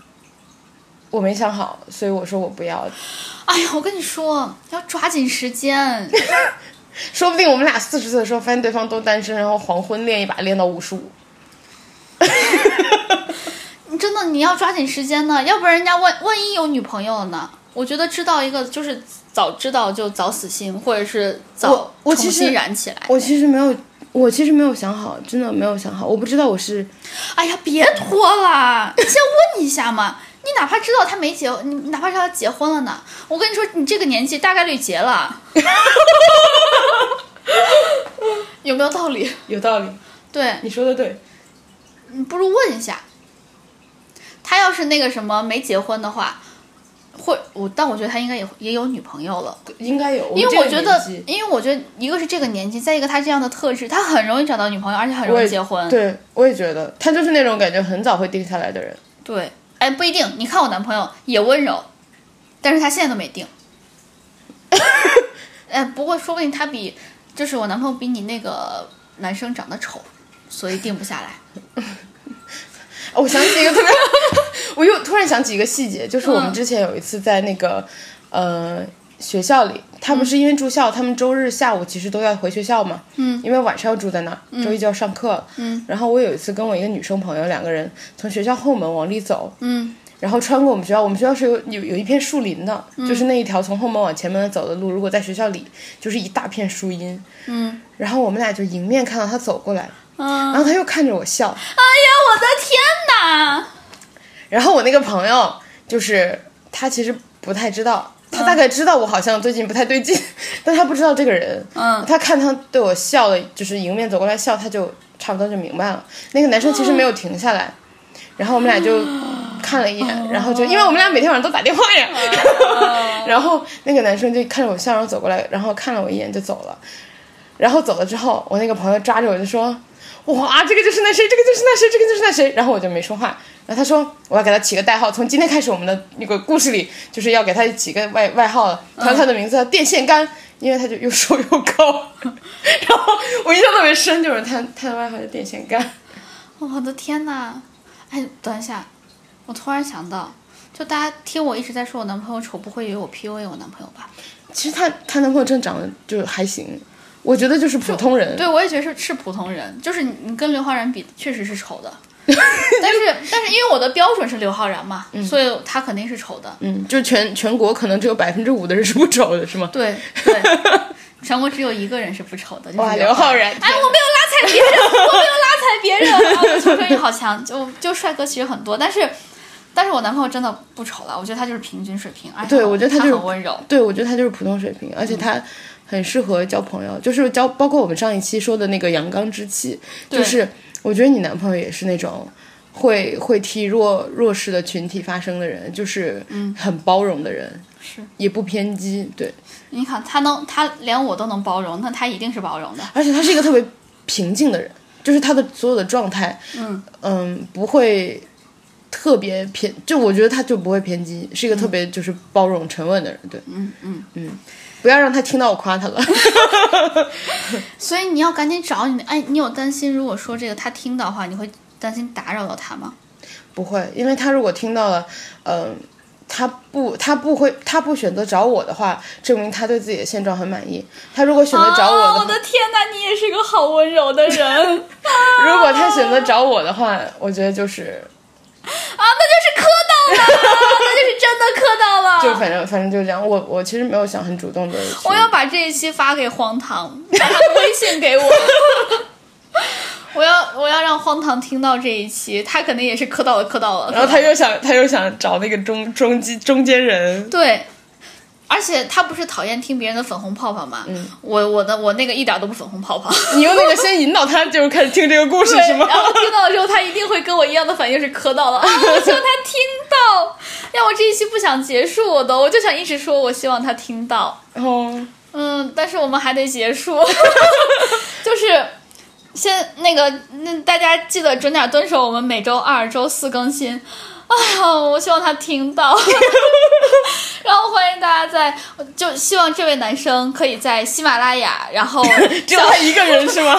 Speaker 3: 我没想好，所以我说我不要，
Speaker 1: 哎呀，我跟你说，要抓紧时间。
Speaker 3: 说不定我们俩四十岁的时候发现对方都单身，然后黄昏恋一把恋到五十五。
Speaker 1: 真的，你要抓紧时间呢，要不然人家万万一有女朋友了呢？我觉得知道一个就是早知道就早死心，或者是早
Speaker 3: 我我
Speaker 1: 重
Speaker 3: 其实
Speaker 1: 新燃起来。
Speaker 3: 我其实没有，我其实没有想好，真的没有想好，我不知道我是
Speaker 1: 哎呀，别拖了，你先问一下嘛。你哪怕知道他没结，你哪怕知道他结婚了呢，我跟你说，你这个年纪大概率结了，有没有道理？
Speaker 3: [laughs] 有道理，
Speaker 1: 对，
Speaker 3: 你说的对。
Speaker 1: 你不如问一下，他要是那个什么没结婚的话，会我，但我觉得他应该也也有女朋友了。
Speaker 3: 应该有，
Speaker 1: 因为
Speaker 3: 我
Speaker 1: 我
Speaker 3: 们这
Speaker 1: 觉
Speaker 3: 个
Speaker 1: 得
Speaker 3: 年纪，
Speaker 1: 因为我觉得一个是这个年纪，再一个他这样的特质，他很容易找到女朋友，而且很容
Speaker 3: 我
Speaker 1: 易
Speaker 3: 也
Speaker 1: 结婚。
Speaker 3: 对，我也觉得他就是那种感觉很早会定下来的人。
Speaker 1: 对哎，不一定。你看我男朋友也温柔，但是他现在都没定。 [laughs] 哎，不过说不定他比，就是我男朋友比你那个男生长得丑，所以定不下来。
Speaker 3: 哦我想起一个特别，我又突然想起一个细节，就是我们之前有一次在那个、呃学校里，他们是因为住校，他们周日下午其实都要回学校嘛，嗯，因为晚上要住在那儿，周一就要上课，嗯，然后我有一次跟我一个女生朋友两个人从学校后门往里走，
Speaker 1: 嗯，
Speaker 3: 然后穿过我们学校，我们学校是有有有一片树林的，就是那一条从后门往前门走的路，如果在学校里就是一大片树荫，
Speaker 1: 嗯，
Speaker 3: 然后我们俩就迎面看到她走过来，
Speaker 1: 嗯，
Speaker 3: 然后她又看着我笑，
Speaker 1: 哎呀，我的天哪！
Speaker 3: 然后我那个朋友就是他其实不太知道，他大概知道我好像最近不太对劲，但他不知道这个人。
Speaker 1: 嗯
Speaker 3: 他看他对我笑了，就是迎面走过来笑，他就差不多就明白了。那个男生其实没有停下来，然后我们俩就看了一眼，然后就因为我们俩每天晚上都打电话呀， [laughs] 然后那个男生就看着我笑，然后走过来，然后看了我一眼就走了。然后走了之后，我那个朋友抓着我就说：“哇，这个就是那谁，这个就是那谁，这个就是那谁。”然后我就没说话。然后他说：“我要给他起个代号，从今天开始，我们的那个故事里就是要给他起个外外号了。他他的名字叫电线杆，因为他就又瘦又高。然后我印象特别深，就是他他的外号叫电线杆。
Speaker 1: 我的天呐！哎，等一下，我突然想到，就大家听我一直在说我男朋友丑，不会以为我 PUA 我男朋友吧？
Speaker 3: 其实他他男朋友真的长得就是还行，我觉得就是普通人。
Speaker 1: 对，我也觉得是是普通人，就是你你跟刘昊然比，确实是丑
Speaker 3: [laughs]
Speaker 1: 的。但是但是因为我的标准是刘昊然嘛，所以他肯定是丑的。
Speaker 3: 嗯，就全全国可能只有百分之五的人是不丑的，是吗？ [laughs]
Speaker 1: 对对，全国只有一个人是不丑的，就是
Speaker 3: 哇，
Speaker 1: 刘
Speaker 3: 刘昊然，
Speaker 1: 哎，我没有拉踩别人，我没有拉踩别人。啊，我求生欲好强，就就帅哥其实很多，但是，但是我男朋友真的不丑了，我觉得他就是平均水平。而且
Speaker 3: 对我觉得
Speaker 1: 他
Speaker 3: 他就是
Speaker 1: 很温柔。
Speaker 3: 对，我觉得他就是普通水平，而且他很适合交朋友，就是交包括我们上一期说的那个阳刚之气，
Speaker 1: 对
Speaker 3: 就是我觉得你男朋友也是那种会会替弱弱势的群体发声的人，就是很包容的人，
Speaker 1: 嗯是
Speaker 3: 也不偏激，对，
Speaker 1: 你看他能，他连我都能包容，那他一定是包容的。
Speaker 3: 而且他是一个特别平静的人，就是他的所有的状态，
Speaker 1: 嗯
Speaker 3: 嗯，不会。特别偏，就我觉得他就不会偏激，是一个特别就是包容沉稳的人，对，
Speaker 1: 嗯嗯。
Speaker 3: 不要让他听到我夸他了。
Speaker 1: 所以你要赶紧找你，哎，你有担心？如果说这个他听到的话，你会担心打扰到他吗？
Speaker 3: 不会，因为他如果听到了，嗯、他不，他不会，他不选择找我的话，证明他对自己的现状很满意。他如果选择找我
Speaker 1: 啊
Speaker 3: 的话，
Speaker 1: 我的天哪，你也是个好温柔的
Speaker 3: [laughs]
Speaker 1: 人。啊
Speaker 3: 如果他选择找我的话，我觉得就是，
Speaker 1: 啊，那就是磕到了，那就是真的磕到了。
Speaker 3: 就反正反正就这样。我我其实没有想很主动的，
Speaker 1: 我要把这一期发给荒唐， [laughs] 把他的微信给我。 [laughs] 我要我要让荒唐听到这一期，他肯定也是磕到了磕到了。
Speaker 3: 然后他又想他又想找那个中中间中间人，
Speaker 1: 对，而且他不是讨厌听别人的粉红泡泡吗？
Speaker 3: 嗯
Speaker 1: 我我的我那个一点都不粉红泡泡。
Speaker 3: 你用那个先引导他，就是开始听这个故事
Speaker 1: 对，啊
Speaker 3: 是吗？
Speaker 1: 然后听到了之后，他一定会跟我一样的反应是磕到了啊！我希望他听到，让我这一期不想结束我都，我就想一直说我希望他听到。
Speaker 3: 哦，
Speaker 1: 嗯，但是我们还得结束， [laughs] 就是先那个，那大家记得准点蹲守，我们每周二、周四更新。哎呀，我希望他听到， [laughs] 然后欢迎大家在，就希望这位男生可以在喜马拉雅，然后
Speaker 3: 只有他一个人
Speaker 1: [laughs]
Speaker 3: 是吗？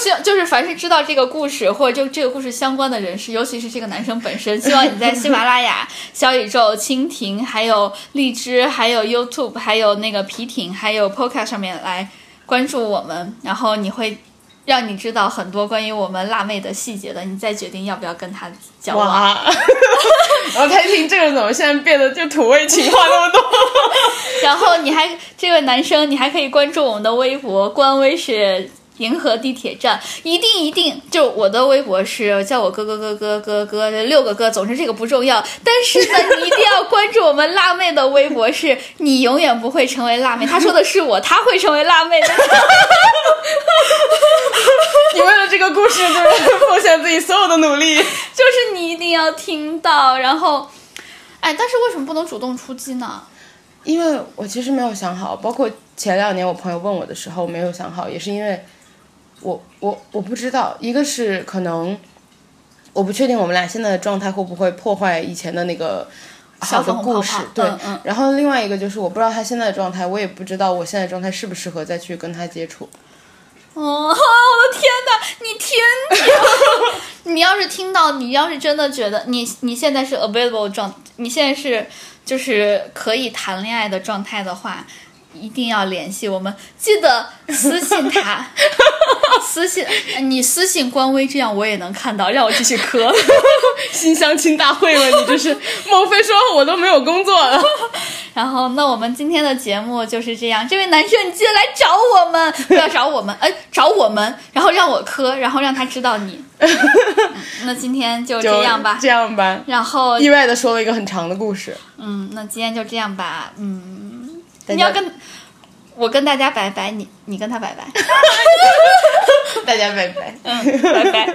Speaker 1: 希望就是凡是知道这个故事或者就这个故事相关的人士，尤其是这个男生本身，希望你在喜马拉雅、 [laughs] 小宇宙、蜻蜓、还有荔枝、还有 YouTube、还有那个皮艇、还有 Podcast 上面来关注我们，然后你会让你知道很多关于我们辣妹的细节的，你再决定要不要跟他交往。
Speaker 3: 哇！ [laughs] 然后他一听这个，怎么现在变得就土味情话那么多？
Speaker 1: 然后你还这位男生，你还可以关注我们的微博，官微是银河地铁站，一定一定，就我的微博是叫我哥哥哥哥哥哥六个哥，总之这个不重要。但是呢，你一定要关注我们辣妹的微博是，你永远不会成为辣妹。他说的是我，他会成为辣妹的。 [laughs]
Speaker 3: [laughs] 你为了这个故事，就是奉献自己所有的努力。
Speaker 1: 就是你一定要听到，然后。哎，但是为什么不能主动出击呢？
Speaker 3: [laughs] 因为我其实没有想好，包括前两年我朋友问我的时候，我没有想好，也是因为我我我不知道，一个是可能我不确定我们俩现在的状态会不会破坏以前的那个。好的
Speaker 1: 粉红
Speaker 3: 故事
Speaker 1: 泡泡，
Speaker 3: 对，
Speaker 1: 嗯嗯
Speaker 3: 然后另外 [laughs] 一个就是我不知道他现在的状态，我也不知道我现在的状态适不适合再去跟他接触。
Speaker 1: 哦，我 [laughs] 的天哪！你听听， [laughs] 你要是听到，你要是真的觉得你你现在是 available 状，你现在是就是可以谈恋爱的状态的话，一定要联系我们，记得私信他，私信你私信官微，这样我也能看到，让我继续磕。
Speaker 3: 新相亲大会了，你这是孟非说我都没有工作了，
Speaker 1: 然后，那我们今天的节目就是这样。这位男生，你记得来找我
Speaker 3: [laughs]
Speaker 1: 们，不要找我们，哎、找我们，然后让我磕，然后让他知道
Speaker 3: [laughs]
Speaker 1: 你。嗯那今天就
Speaker 3: 就
Speaker 1: 这样吧。
Speaker 3: [laughs] 这样吧。
Speaker 1: 然后，
Speaker 3: 意外的说了一个很长的故事，
Speaker 1: 嗯，那今天就这样吧。嗯，
Speaker 3: 大家
Speaker 1: 你要跟我跟大家拜拜，你你跟他拜拜，
Speaker 3: [laughs] 大家拜拜。
Speaker 1: 嗯，拜拜。